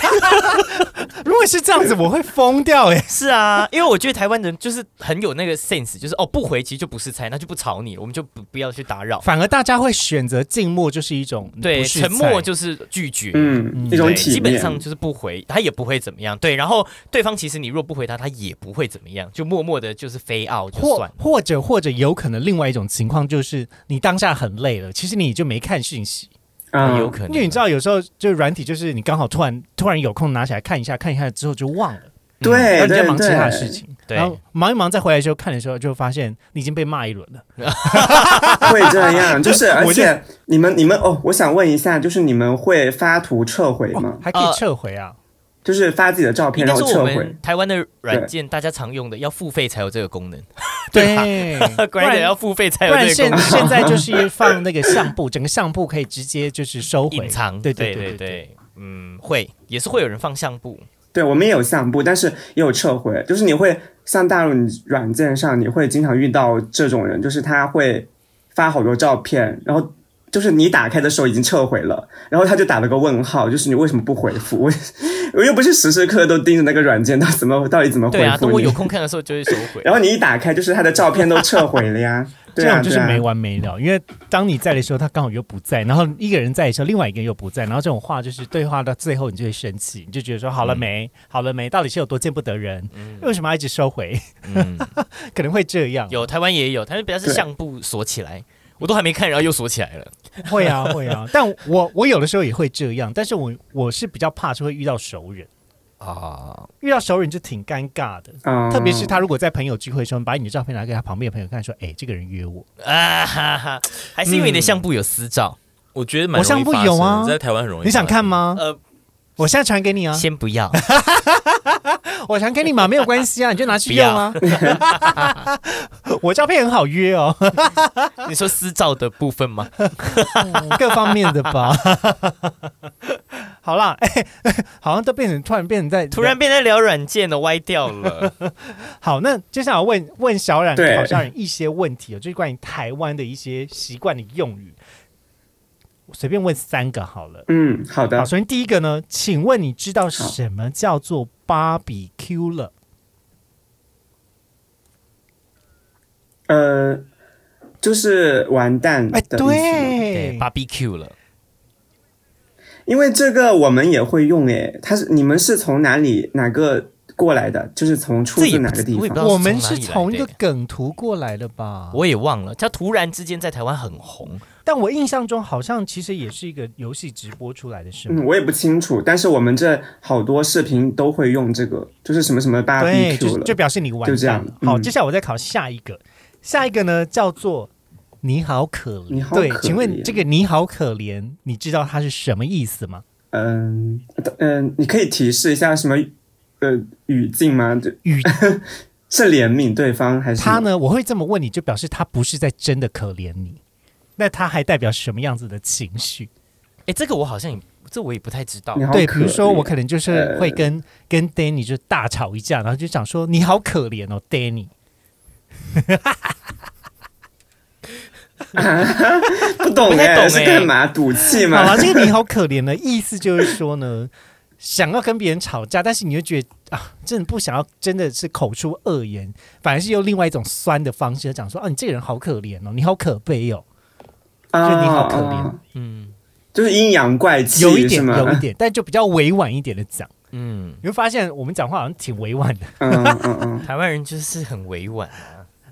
Speaker 1: 如果是这样子，我会疯掉哎、
Speaker 2: 是啊，因为我觉得台湾人就是很有那个 sense，就是哦不回其实就不是菜，那就不吵你了，我们就不不要去打扰。
Speaker 1: 反而大家会选择静默，就是一种嗯
Speaker 2: 对，
Speaker 1: 不是
Speaker 2: 沉默
Speaker 1: 菜
Speaker 2: 就是拒绝。
Speaker 4: 嗯一
Speaker 2: 对，
Speaker 4: 种
Speaker 2: 基
Speaker 4: 体
Speaker 2: 本
Speaker 4: 面，
Speaker 2: 上就是不回，他也不会怎么样。对，然后对方其实你若不回他，他也不会怎么样，就默默的就是飞 out 就
Speaker 1: 或
Speaker 2: 算。
Speaker 1: 或者或者有可能另外一种情况就是你当下很累了，其实你就没看讯息，
Speaker 4: 啊、
Speaker 2: 有可能，
Speaker 1: 因为你知道有时候就软体就是你刚好突然突然有空拿起来看一下，看一下之后就忘了，然后
Speaker 4: 对
Speaker 1: 你在
Speaker 4: 哎对
Speaker 1: 忙其他的事
Speaker 4: 对，
Speaker 1: 情，
Speaker 2: 对
Speaker 1: 然后忙一忙再回来的时候看的时候就发现你已经被骂一轮了，
Speaker 4: 会这样，
Speaker 2: (laughs)
Speaker 4: 就是而
Speaker 1: 我就
Speaker 4: 且你们你们哦，我想问一下，就是你们会发图撤回吗？
Speaker 1: 还可以撤回啊。
Speaker 4: 就是发自己的照片
Speaker 2: 哦应该
Speaker 4: 然后
Speaker 2: 说
Speaker 4: 撤
Speaker 2: 我
Speaker 4: 回
Speaker 2: 们，台湾的软件大家常用的要付费才有这个功能，
Speaker 1: 对，不
Speaker 2: (laughs) 果然得
Speaker 1: 然
Speaker 2: 要付费才
Speaker 1: 不
Speaker 2: 有
Speaker 1: 然
Speaker 2: 这个
Speaker 1: 现
Speaker 2: 功能。
Speaker 1: 现在就是放那个相簿，整个相簿可以直接就是收回
Speaker 2: (laughs) 隐藏，
Speaker 1: 对
Speaker 2: 对
Speaker 1: 对对。
Speaker 2: 对，嗯，会也是会有人放相簿，
Speaker 4: 对，我们也有相簿，但是也有撤回。就是你会像大陆软件上，你会经常遇到这种人，就是他会发好多照片，然后就是你打开的时候已经撤回了，然后他就打了个问号，就是你为什么不回复？ (laughs) 我我又不是时时刻刻都盯着那个软件，到怎么到底怎么回
Speaker 2: 对啊，等
Speaker 4: 复
Speaker 2: 我
Speaker 4: 你？
Speaker 2: 有空看的时候就会收回。
Speaker 4: (laughs) 然后你一打开，就是他的照片都撤回
Speaker 2: (laughs)
Speaker 4: 了呀。对
Speaker 1: 这
Speaker 4: 啊，
Speaker 1: 种就是没
Speaker 4: 对啊
Speaker 1: 完没了，因为当你在的时候，他刚好又不在，然后一个人在的时候，另外一个人又不在，然后这种话就是对话到最后，你就会生气，你就觉得说
Speaker 4: 嗯
Speaker 1: 好了没，好了没，到底是有多见不得人？为什么要一直收回？
Speaker 2: 嗯，
Speaker 1: 可能会这样，
Speaker 4: 嗯
Speaker 2: 有台湾也有，台湾比较是
Speaker 4: 对
Speaker 2: 相簿锁起来，我都还没看，然后又锁起来了。
Speaker 1: 会啊会啊。 (laughs) 但我我有的时候也会这样，但是我我是比较怕是会遇到熟人，
Speaker 2: 啊，
Speaker 1: 遇到熟人就挺尴尬的，
Speaker 4: 嗯
Speaker 1: 特别是他如果在朋友聚会的时候，你把你的照片拿给他旁边的朋友看，说，哎，这个人约我，
Speaker 2: 啊哈哈，还是因为
Speaker 4: 嗯
Speaker 2: 你的相簿有私照？
Speaker 5: 我觉得蛮
Speaker 1: 我上
Speaker 5: 容易
Speaker 1: 部
Speaker 5: 发
Speaker 1: 有
Speaker 5: 生的
Speaker 1: 啊
Speaker 5: 在台湾很容易。
Speaker 1: 你想看？
Speaker 4: 啊
Speaker 1: 吗？
Speaker 2: 呃，
Speaker 1: 我现在传给你啊，
Speaker 2: 先不
Speaker 4: (laughs)
Speaker 2: 要，
Speaker 1: 我传给你嘛，没有关系啊，你就拿去用啊。 (laughs) 我照片很好约哦，
Speaker 2: 你说私照的部分
Speaker 4: (laughs)
Speaker 2: 吗？嗯
Speaker 1: 各方面的吧。 (laughs) 好啦， (laughs) 哎、好像都变成突然变成在
Speaker 2: 突然变成聊软件了，歪掉了。
Speaker 1: 好。那接下来问问小冉
Speaker 4: 对
Speaker 1: 考小冉一些问题哦，就是关于台湾的一些习惯的用语。我随便问三个好了。
Speaker 4: 嗯，好的
Speaker 2: 啊
Speaker 1: 好，，首先第一个呢，请问你知道什么叫做 barbecue 了？
Speaker 4: 呃，就是完蛋的
Speaker 1: 哎
Speaker 4: 意，思吗。
Speaker 1: 对，
Speaker 2: 对，BBQ 了，
Speaker 4: 因为这个我们也会用诶，它是你们是从哪里哪个过来的？就是从出
Speaker 2: 这也
Speaker 4: 自
Speaker 2: 不
Speaker 4: 哪个地
Speaker 2: 我也不知
Speaker 4: 方？
Speaker 2: 道
Speaker 1: 我们
Speaker 2: 是
Speaker 1: 是
Speaker 2: 从哪
Speaker 1: 从
Speaker 2: 里来的
Speaker 1: 一个梗图过来的吧？
Speaker 2: 我也忘了。它突然之间在台湾很红，
Speaker 1: 但我印象中好像其实也是一个游戏直播出来的，是吗？
Speaker 4: 嗯，我也不清楚，但是我们这好多视频都会用这个，就是什么什么
Speaker 1: 对，
Speaker 4: barbecue
Speaker 1: 就
Speaker 4: 了
Speaker 1: 就，表示你完
Speaker 4: 就这
Speaker 1: 蛋
Speaker 4: 样
Speaker 1: 了。好，
Speaker 4: 嗯
Speaker 1: 接下来我再考下一个，下一个呢叫做“你好可怜”。
Speaker 4: 你好
Speaker 1: 对
Speaker 4: 可，怜
Speaker 1: 请问这个“你好可怜”，你知道它是什么意思吗？
Speaker 4: 嗯嗯、你可以提示一下什么呃语境吗？就
Speaker 1: 语
Speaker 4: (laughs) 是怜悯对方还是
Speaker 1: 它？呢，我会这么问你，就表示它不是在真的可怜你，那它还代表什么样子的情绪？
Speaker 2: 哎，这个我好像也，这我也不太知道
Speaker 4: 你。好
Speaker 1: 对，
Speaker 4: 可
Speaker 1: 比如说
Speaker 4: 怜呃
Speaker 1: 我可能就是会跟、跟 Danny 就大吵一架，然后就想说“你好可怜哦，Danny”。
Speaker 4: 不懂
Speaker 2: 不太
Speaker 4: 哎、
Speaker 2: 懂
Speaker 4: 是
Speaker 2: 诶
Speaker 4: 干嘛赌气
Speaker 1: 好啊
Speaker 4: 吗
Speaker 1: 了，？这个你好可怜的意思就是说呢， (laughs) 想要跟别人吵架，但是你又觉得啊，真的不想要，真的是口出恶言，反而是用另外一种酸的方式讲说啊，你这个人好可怜哦，你好可悲哦，
Speaker 4: 啊
Speaker 1: 就你好可怜
Speaker 4: 啊
Speaker 2: 嗯
Speaker 4: 就是阴阳怪气，
Speaker 1: 有一点，
Speaker 4: 是吗
Speaker 1: 有一点，但就比较委婉一点的讲。
Speaker 2: 嗯，
Speaker 1: 你会发现我们讲话好像挺委婉的。
Speaker 4: (laughs) 嗯嗯嗯，
Speaker 2: 台湾人就是很委婉。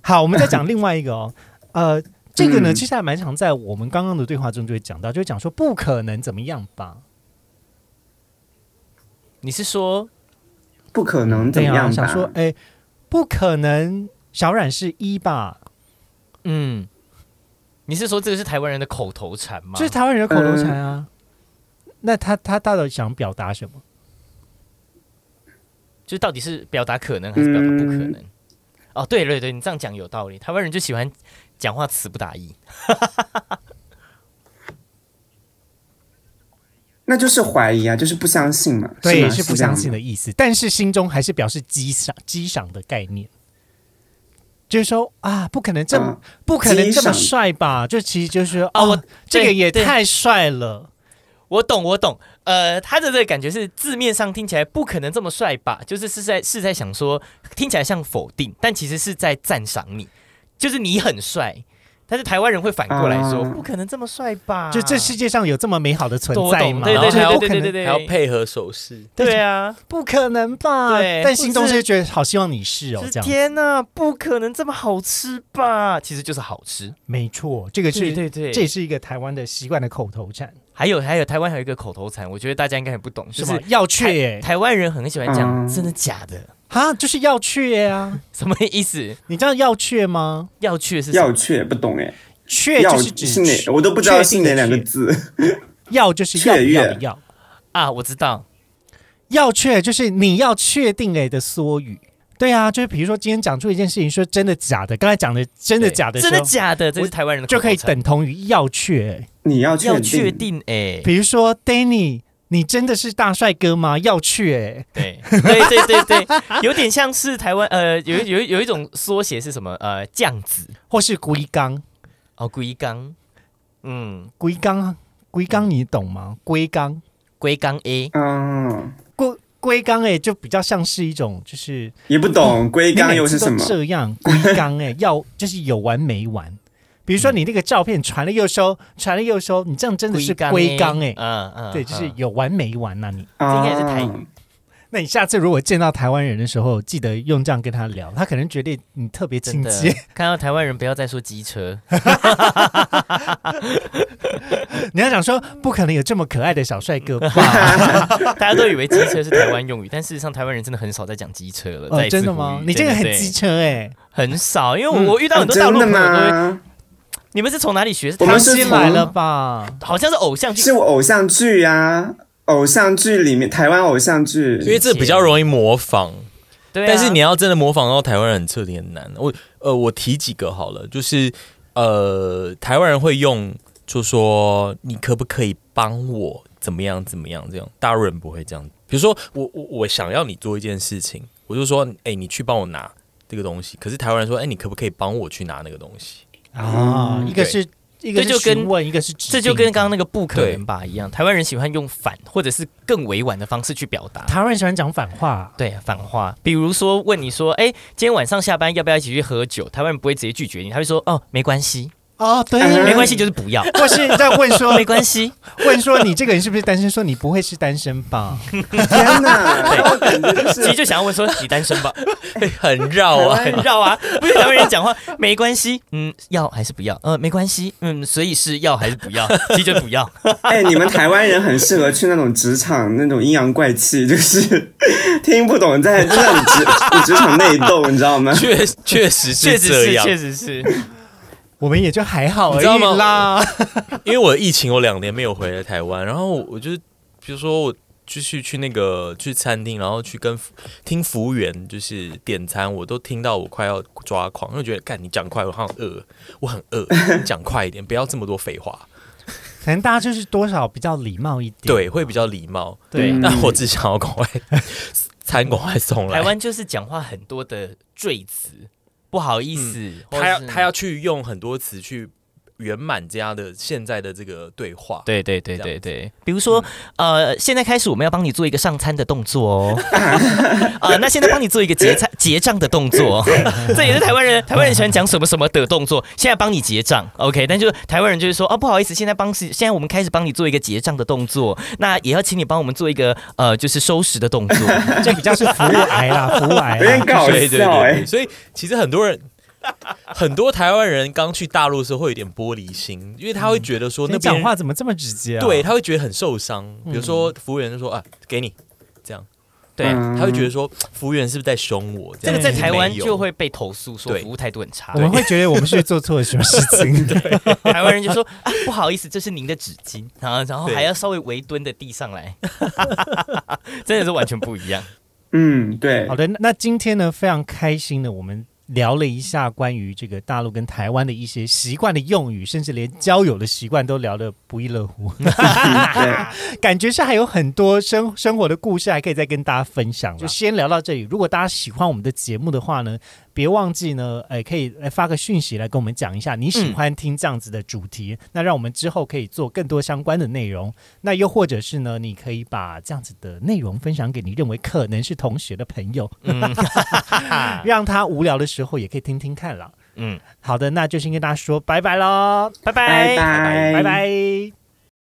Speaker 1: 好，我们再讲另外一个哦，呃， (laughs) 这个呢，
Speaker 4: 嗯
Speaker 1: 其实还蛮常在我们刚刚的对话中就会讲到，就会讲说不可能怎么样吧，
Speaker 2: 你是说
Speaker 4: 不可能怎
Speaker 1: 对
Speaker 4: 么
Speaker 1: 啊，
Speaker 4: 样吧？
Speaker 1: 想说哎，不可能小冉是一吧？
Speaker 2: 嗯？你是说这个是台湾人的口头禅吗？
Speaker 1: 就是台湾人的口头禅啊。那他他到底想表达什么？
Speaker 2: 就是到底是表达可能还是表达
Speaker 1: 嗯
Speaker 2: 不可能？哦，对对对，你这样讲有道理。台湾人就喜欢讲话词不达意，
Speaker 4: 那就是怀疑啊，就是不相信嘛，
Speaker 1: 对，
Speaker 4: 吗啊
Speaker 1: 是不相信
Speaker 4: 的。
Speaker 1: 的意思，但是心中还是表示激赏激赏的概念，就是说啊，不可能这么、
Speaker 4: 嗯
Speaker 1: 不可能这么
Speaker 4: 激赏
Speaker 1: 帅吧？就其实就是说
Speaker 2: 哦
Speaker 1: 哦，
Speaker 2: 我
Speaker 1: 这个
Speaker 2: 对
Speaker 1: 也
Speaker 2: 对
Speaker 1: 太帅了，
Speaker 2: 我懂，我懂。呃，他的这个感觉是字面上听起来不可能这么帅吧？就是是在是在想说，听起来像否定，但其实是在赞赏你，就是你很帅。但是台湾人会反过来说，
Speaker 4: 啊
Speaker 2: 不可能这么帅吧？
Speaker 1: 就这世界上有这么美好的存
Speaker 2: 对我
Speaker 1: 在
Speaker 2: 懂
Speaker 1: 吗？
Speaker 2: 啊对对
Speaker 1: 就是
Speaker 2: 对
Speaker 1: 不
Speaker 2: 对
Speaker 1: 可
Speaker 2: 对对
Speaker 1: 能，
Speaker 2: 对，
Speaker 5: 还要配合手势，
Speaker 2: 对啊，
Speaker 1: 不可能吧？
Speaker 2: 对
Speaker 1: 但心中
Speaker 2: 不是
Speaker 1: 是觉得好希望你是哦
Speaker 2: 就，是
Speaker 1: 这样子
Speaker 2: 天哪，不可能这么好吃吧？其实就是好吃。
Speaker 1: 没错，这个是
Speaker 2: 对对对
Speaker 1: 这也是一个台湾的习惯的口头禅，
Speaker 2: 还有还有，台湾还有一个口头禅，我觉得大家应该很不懂，就是是
Speaker 1: 吗？要去
Speaker 2: 台
Speaker 1: 耶
Speaker 2: 台湾人很喜欢讲、
Speaker 4: 嗯
Speaker 2: 真的假的，
Speaker 1: 哈，就是要去耶啊！
Speaker 2: 什么意思？
Speaker 1: 你知道要去吗？
Speaker 2: 要去是什么
Speaker 4: 要却不懂哎，
Speaker 1: 确
Speaker 4: 要
Speaker 1: 就是指
Speaker 4: 是哪？我都不知道是哪两个
Speaker 1: 确定的
Speaker 4: 字。
Speaker 1: 确，要就是要不
Speaker 4: 雀
Speaker 1: 要
Speaker 4: 跃
Speaker 1: 的要，
Speaker 2: 啊？我知道，
Speaker 1: 要确就是你要确定哎的缩语。对啊，就是比如说今天讲出一件事情，说真的假的，刚才讲的真的
Speaker 2: 对
Speaker 1: 假的时
Speaker 2: 真
Speaker 1: 候，
Speaker 2: 的假的，这
Speaker 1: 我
Speaker 2: 是台湾人的
Speaker 1: 就可以
Speaker 2: 口头禅
Speaker 1: 等同于要确。
Speaker 4: (laughs) 你要
Speaker 2: 要
Speaker 4: 确
Speaker 2: 确
Speaker 4: 定，
Speaker 2: 定哎、
Speaker 1: 比如说 Danny，你真的是大帅哥吗？要确，
Speaker 2: 对对对对对， (laughs) 有点像是台湾呃，有一有一有一种缩写是什么呃，酱子
Speaker 1: 或是龟缸，
Speaker 2: 哦，龟缸，嗯，
Speaker 1: 龟缸，龟缸，你懂吗？龟缸。
Speaker 2: 龟缸 A，
Speaker 4: 嗯，
Speaker 1: 龟龟缸哎，就比较像是一种，就是
Speaker 4: 也不懂龟缸
Speaker 1: 哦你每
Speaker 4: 又
Speaker 1: 次
Speaker 4: 是什
Speaker 1: 都
Speaker 4: 么？
Speaker 1: 这样龟缸哎，要就是有完没完。比如说你那个照片传了又收，传了又收，你这样真的是龟缸哎，
Speaker 2: 嗯嗯，
Speaker 1: 对，就是
Speaker 2: 嗯
Speaker 1: 有完没完呐、你。
Speaker 4: 这
Speaker 2: 应该是台
Speaker 4: 语。
Speaker 1: 那你下次如果见到台湾人的时候，记得用这样跟他聊，他可能觉得你特别
Speaker 2: 真
Speaker 1: 亲
Speaker 2: 的
Speaker 1: 切。
Speaker 2: 看到台湾人不要再说机车，
Speaker 1: 你要想说，不可能有这么可爱的小帅哥吧？
Speaker 2: (laughs) 大家都以为机车是台湾用语，但事实上台湾人真的很少在讲机车了。再
Speaker 1: 哦，
Speaker 2: 一次
Speaker 1: 真的
Speaker 2: 呼
Speaker 1: 吗？
Speaker 2: 吁
Speaker 1: 你这个
Speaker 2: 真
Speaker 1: 很
Speaker 2: 的对
Speaker 1: 机车哎、
Speaker 2: 很少，因为我我遇到很多大
Speaker 4: 啊嗯真
Speaker 2: 陆
Speaker 4: 的
Speaker 2: 朋友都会，
Speaker 4: 吗？
Speaker 2: 你们是从哪里学？是
Speaker 4: 我
Speaker 2: 台
Speaker 4: 们
Speaker 1: 唐
Speaker 2: 湾
Speaker 4: 是
Speaker 1: 心
Speaker 4: 从
Speaker 1: 来了吧？
Speaker 2: 好像是偶像剧
Speaker 4: 是我偶像剧啊，偶像剧里面台湾偶像
Speaker 5: 因
Speaker 4: 剧，
Speaker 5: 为这比较容易模仿。
Speaker 2: 对啊
Speaker 5: 但是你要真的模仿到台湾人很彻底很难。我呃，我提几个好了，就是呃，台湾人会用，就说你可不可以帮我怎么样怎么样这样，大陆人不会这样。比如说我我我想要你做一件事情，我就说，哎、你去帮我拿这个东西。可是台湾人说，哎、你可不可以帮我去拿那个东西？ (laughs)
Speaker 4: 嗯
Speaker 1: 啊，一个
Speaker 5: 对
Speaker 1: 是一个
Speaker 2: 这
Speaker 1: 是
Speaker 2: 就跟
Speaker 1: 询问，一个是指
Speaker 2: 这就跟
Speaker 1: 定
Speaker 2: 刚刚那个不可能吧一样，台湾人喜欢用反或者是更委婉的方式去表达。
Speaker 1: 台湾人喜欢讲反话，
Speaker 2: 对反话，比如说问你说，哎，今天晚上下班要不要一起去喝酒？台湾人不会直接拒绝你，他会说，哦，没关系，
Speaker 1: 哦，对，
Speaker 4: 嗯
Speaker 2: 哎没关系，就是不要，哦
Speaker 1: 或是在问
Speaker 2: (laughs)
Speaker 1: 说
Speaker 2: 没关系。
Speaker 1: 问说你这个人是不是单身？说你不会是单身
Speaker 5: (laughs)
Speaker 1: 吧？
Speaker 4: 天
Speaker 1: (laughs)
Speaker 4: 哪！我感觉就
Speaker 2: 其实
Speaker 4: 是啊
Speaker 2: 就想要问说，你单身吧？
Speaker 5: 很绕啊，
Speaker 2: 很绕啊，不是台湾人讲话，没关系，嗯，要还是不要？呃，没关系，嗯，所以是要还是不
Speaker 5: (laughs)
Speaker 2: 要？其实就不要。
Speaker 4: 哎，你们台湾人很适合去那种职场，那种阴阳怪气，就是 (laughs) 听不懂在就在你职你职场内斗，你知道
Speaker 5: (laughs)
Speaker 4: 吗？
Speaker 5: 确确实
Speaker 2: 确
Speaker 5: 是
Speaker 2: 实
Speaker 5: 这
Speaker 2: 是，
Speaker 5: 样。
Speaker 2: 确实是。
Speaker 1: 我们也就还好
Speaker 5: 你
Speaker 1: 而
Speaker 5: 知道
Speaker 1: 已
Speaker 5: 吗
Speaker 1: 啦。
Speaker 5: (laughs) 因为我疫情，我两年没有回来台湾，然后我就比如说我就是去那个去餐厅，然后去跟服听服务员就是点餐，我都听到我快要抓狂，因为我觉得干你讲快，我好像饿，我很饿，你讲快一点，不要这么多废话，
Speaker 1: 可能大家就是多少比较礼貌一点，
Speaker 5: 对，会比较礼貌。
Speaker 2: 对
Speaker 4: 嗯
Speaker 5: 但我只想要赶快 (laughs) 餐赶快送来
Speaker 2: 台。湾就是讲话很多的赘词，不好意思，或
Speaker 5: 嗯他要
Speaker 2: 是
Speaker 5: 他要去用很多词去圆满这样的现在的这个对话，
Speaker 2: 对对对
Speaker 5: 这
Speaker 2: 对
Speaker 5: 样子
Speaker 2: 对，比如说、呃，现在开始我们要帮你做一个上餐的动作哦， (laughs) 呃，那现在帮你做一个结 (laughs) 餐结账的动作哦，这也是台湾人台湾人喜欢讲什么什么的动作，现在帮你结账，OK，但就是台湾人就是说哦，不好意思，现在帮现在我们开始帮你做一个结账的动作，那也要请你帮我们做一个呃，就是收拾的动 (laughs) 作，
Speaker 5: (laughs)
Speaker 1: 这比较是服务癌啦，服务癌
Speaker 4: 有点
Speaker 1: 啦。
Speaker 4: 搞
Speaker 5: 对对对
Speaker 4: 笑
Speaker 5: 对，
Speaker 4: 哎。
Speaker 5: 所以其实很多人很多台湾人刚去大陆的时候会有点玻璃心，因为他会觉得说那
Speaker 9: 你
Speaker 5: 边
Speaker 9: 讲
Speaker 5: 人
Speaker 9: 话怎么这么直接啊？
Speaker 5: 对，他会觉得很受伤。比如说服务员就说啊，给你这样，
Speaker 10: 对
Speaker 4: 嗯
Speaker 5: 他会觉得说服务员是不是在凶我？
Speaker 10: 这
Speaker 5: 样
Speaker 10: 个
Speaker 2: 嗯
Speaker 10: 在台湾
Speaker 5: 没有
Speaker 10: 就会被投诉说
Speaker 5: 对
Speaker 10: 服务态度很差
Speaker 9: 我，们会觉得我们是做错了什么事
Speaker 5: (laughs)
Speaker 9: 情。
Speaker 10: 台湾人就说啊不好意思，这是您的纸巾，然后然后
Speaker 5: 对
Speaker 10: 还要稍微围蹲的递上来， (laughs) 真的是完全不一样。
Speaker 4: 嗯，对
Speaker 1: 好，的，那那今天呢，非常开心的，我们聊了一下关于这个大陆跟台湾的一些习惯的用语，甚至连交友的习惯都聊得不亦乐乎，
Speaker 4: 对，
Speaker 1: 感觉是还有很多生生活的故事还可以再跟大家分享啦。就先聊到这里，如果大家喜欢我们的节目的话呢，别忘记呢，呃，可以来发个讯息来跟我们讲一下你喜欢听这样子的主题，那让我们之后可以做更多相关的内容。那又或者是呢，你可以把这样子的内容分享给你认为可能是同学的朋友， (laughs) 让他无聊的时候也可以听听看啦。
Speaker 10: 嗯，
Speaker 1: 好的，那就先跟大家说拜拜喽，拜
Speaker 4: 拜
Speaker 1: 拜拜拜。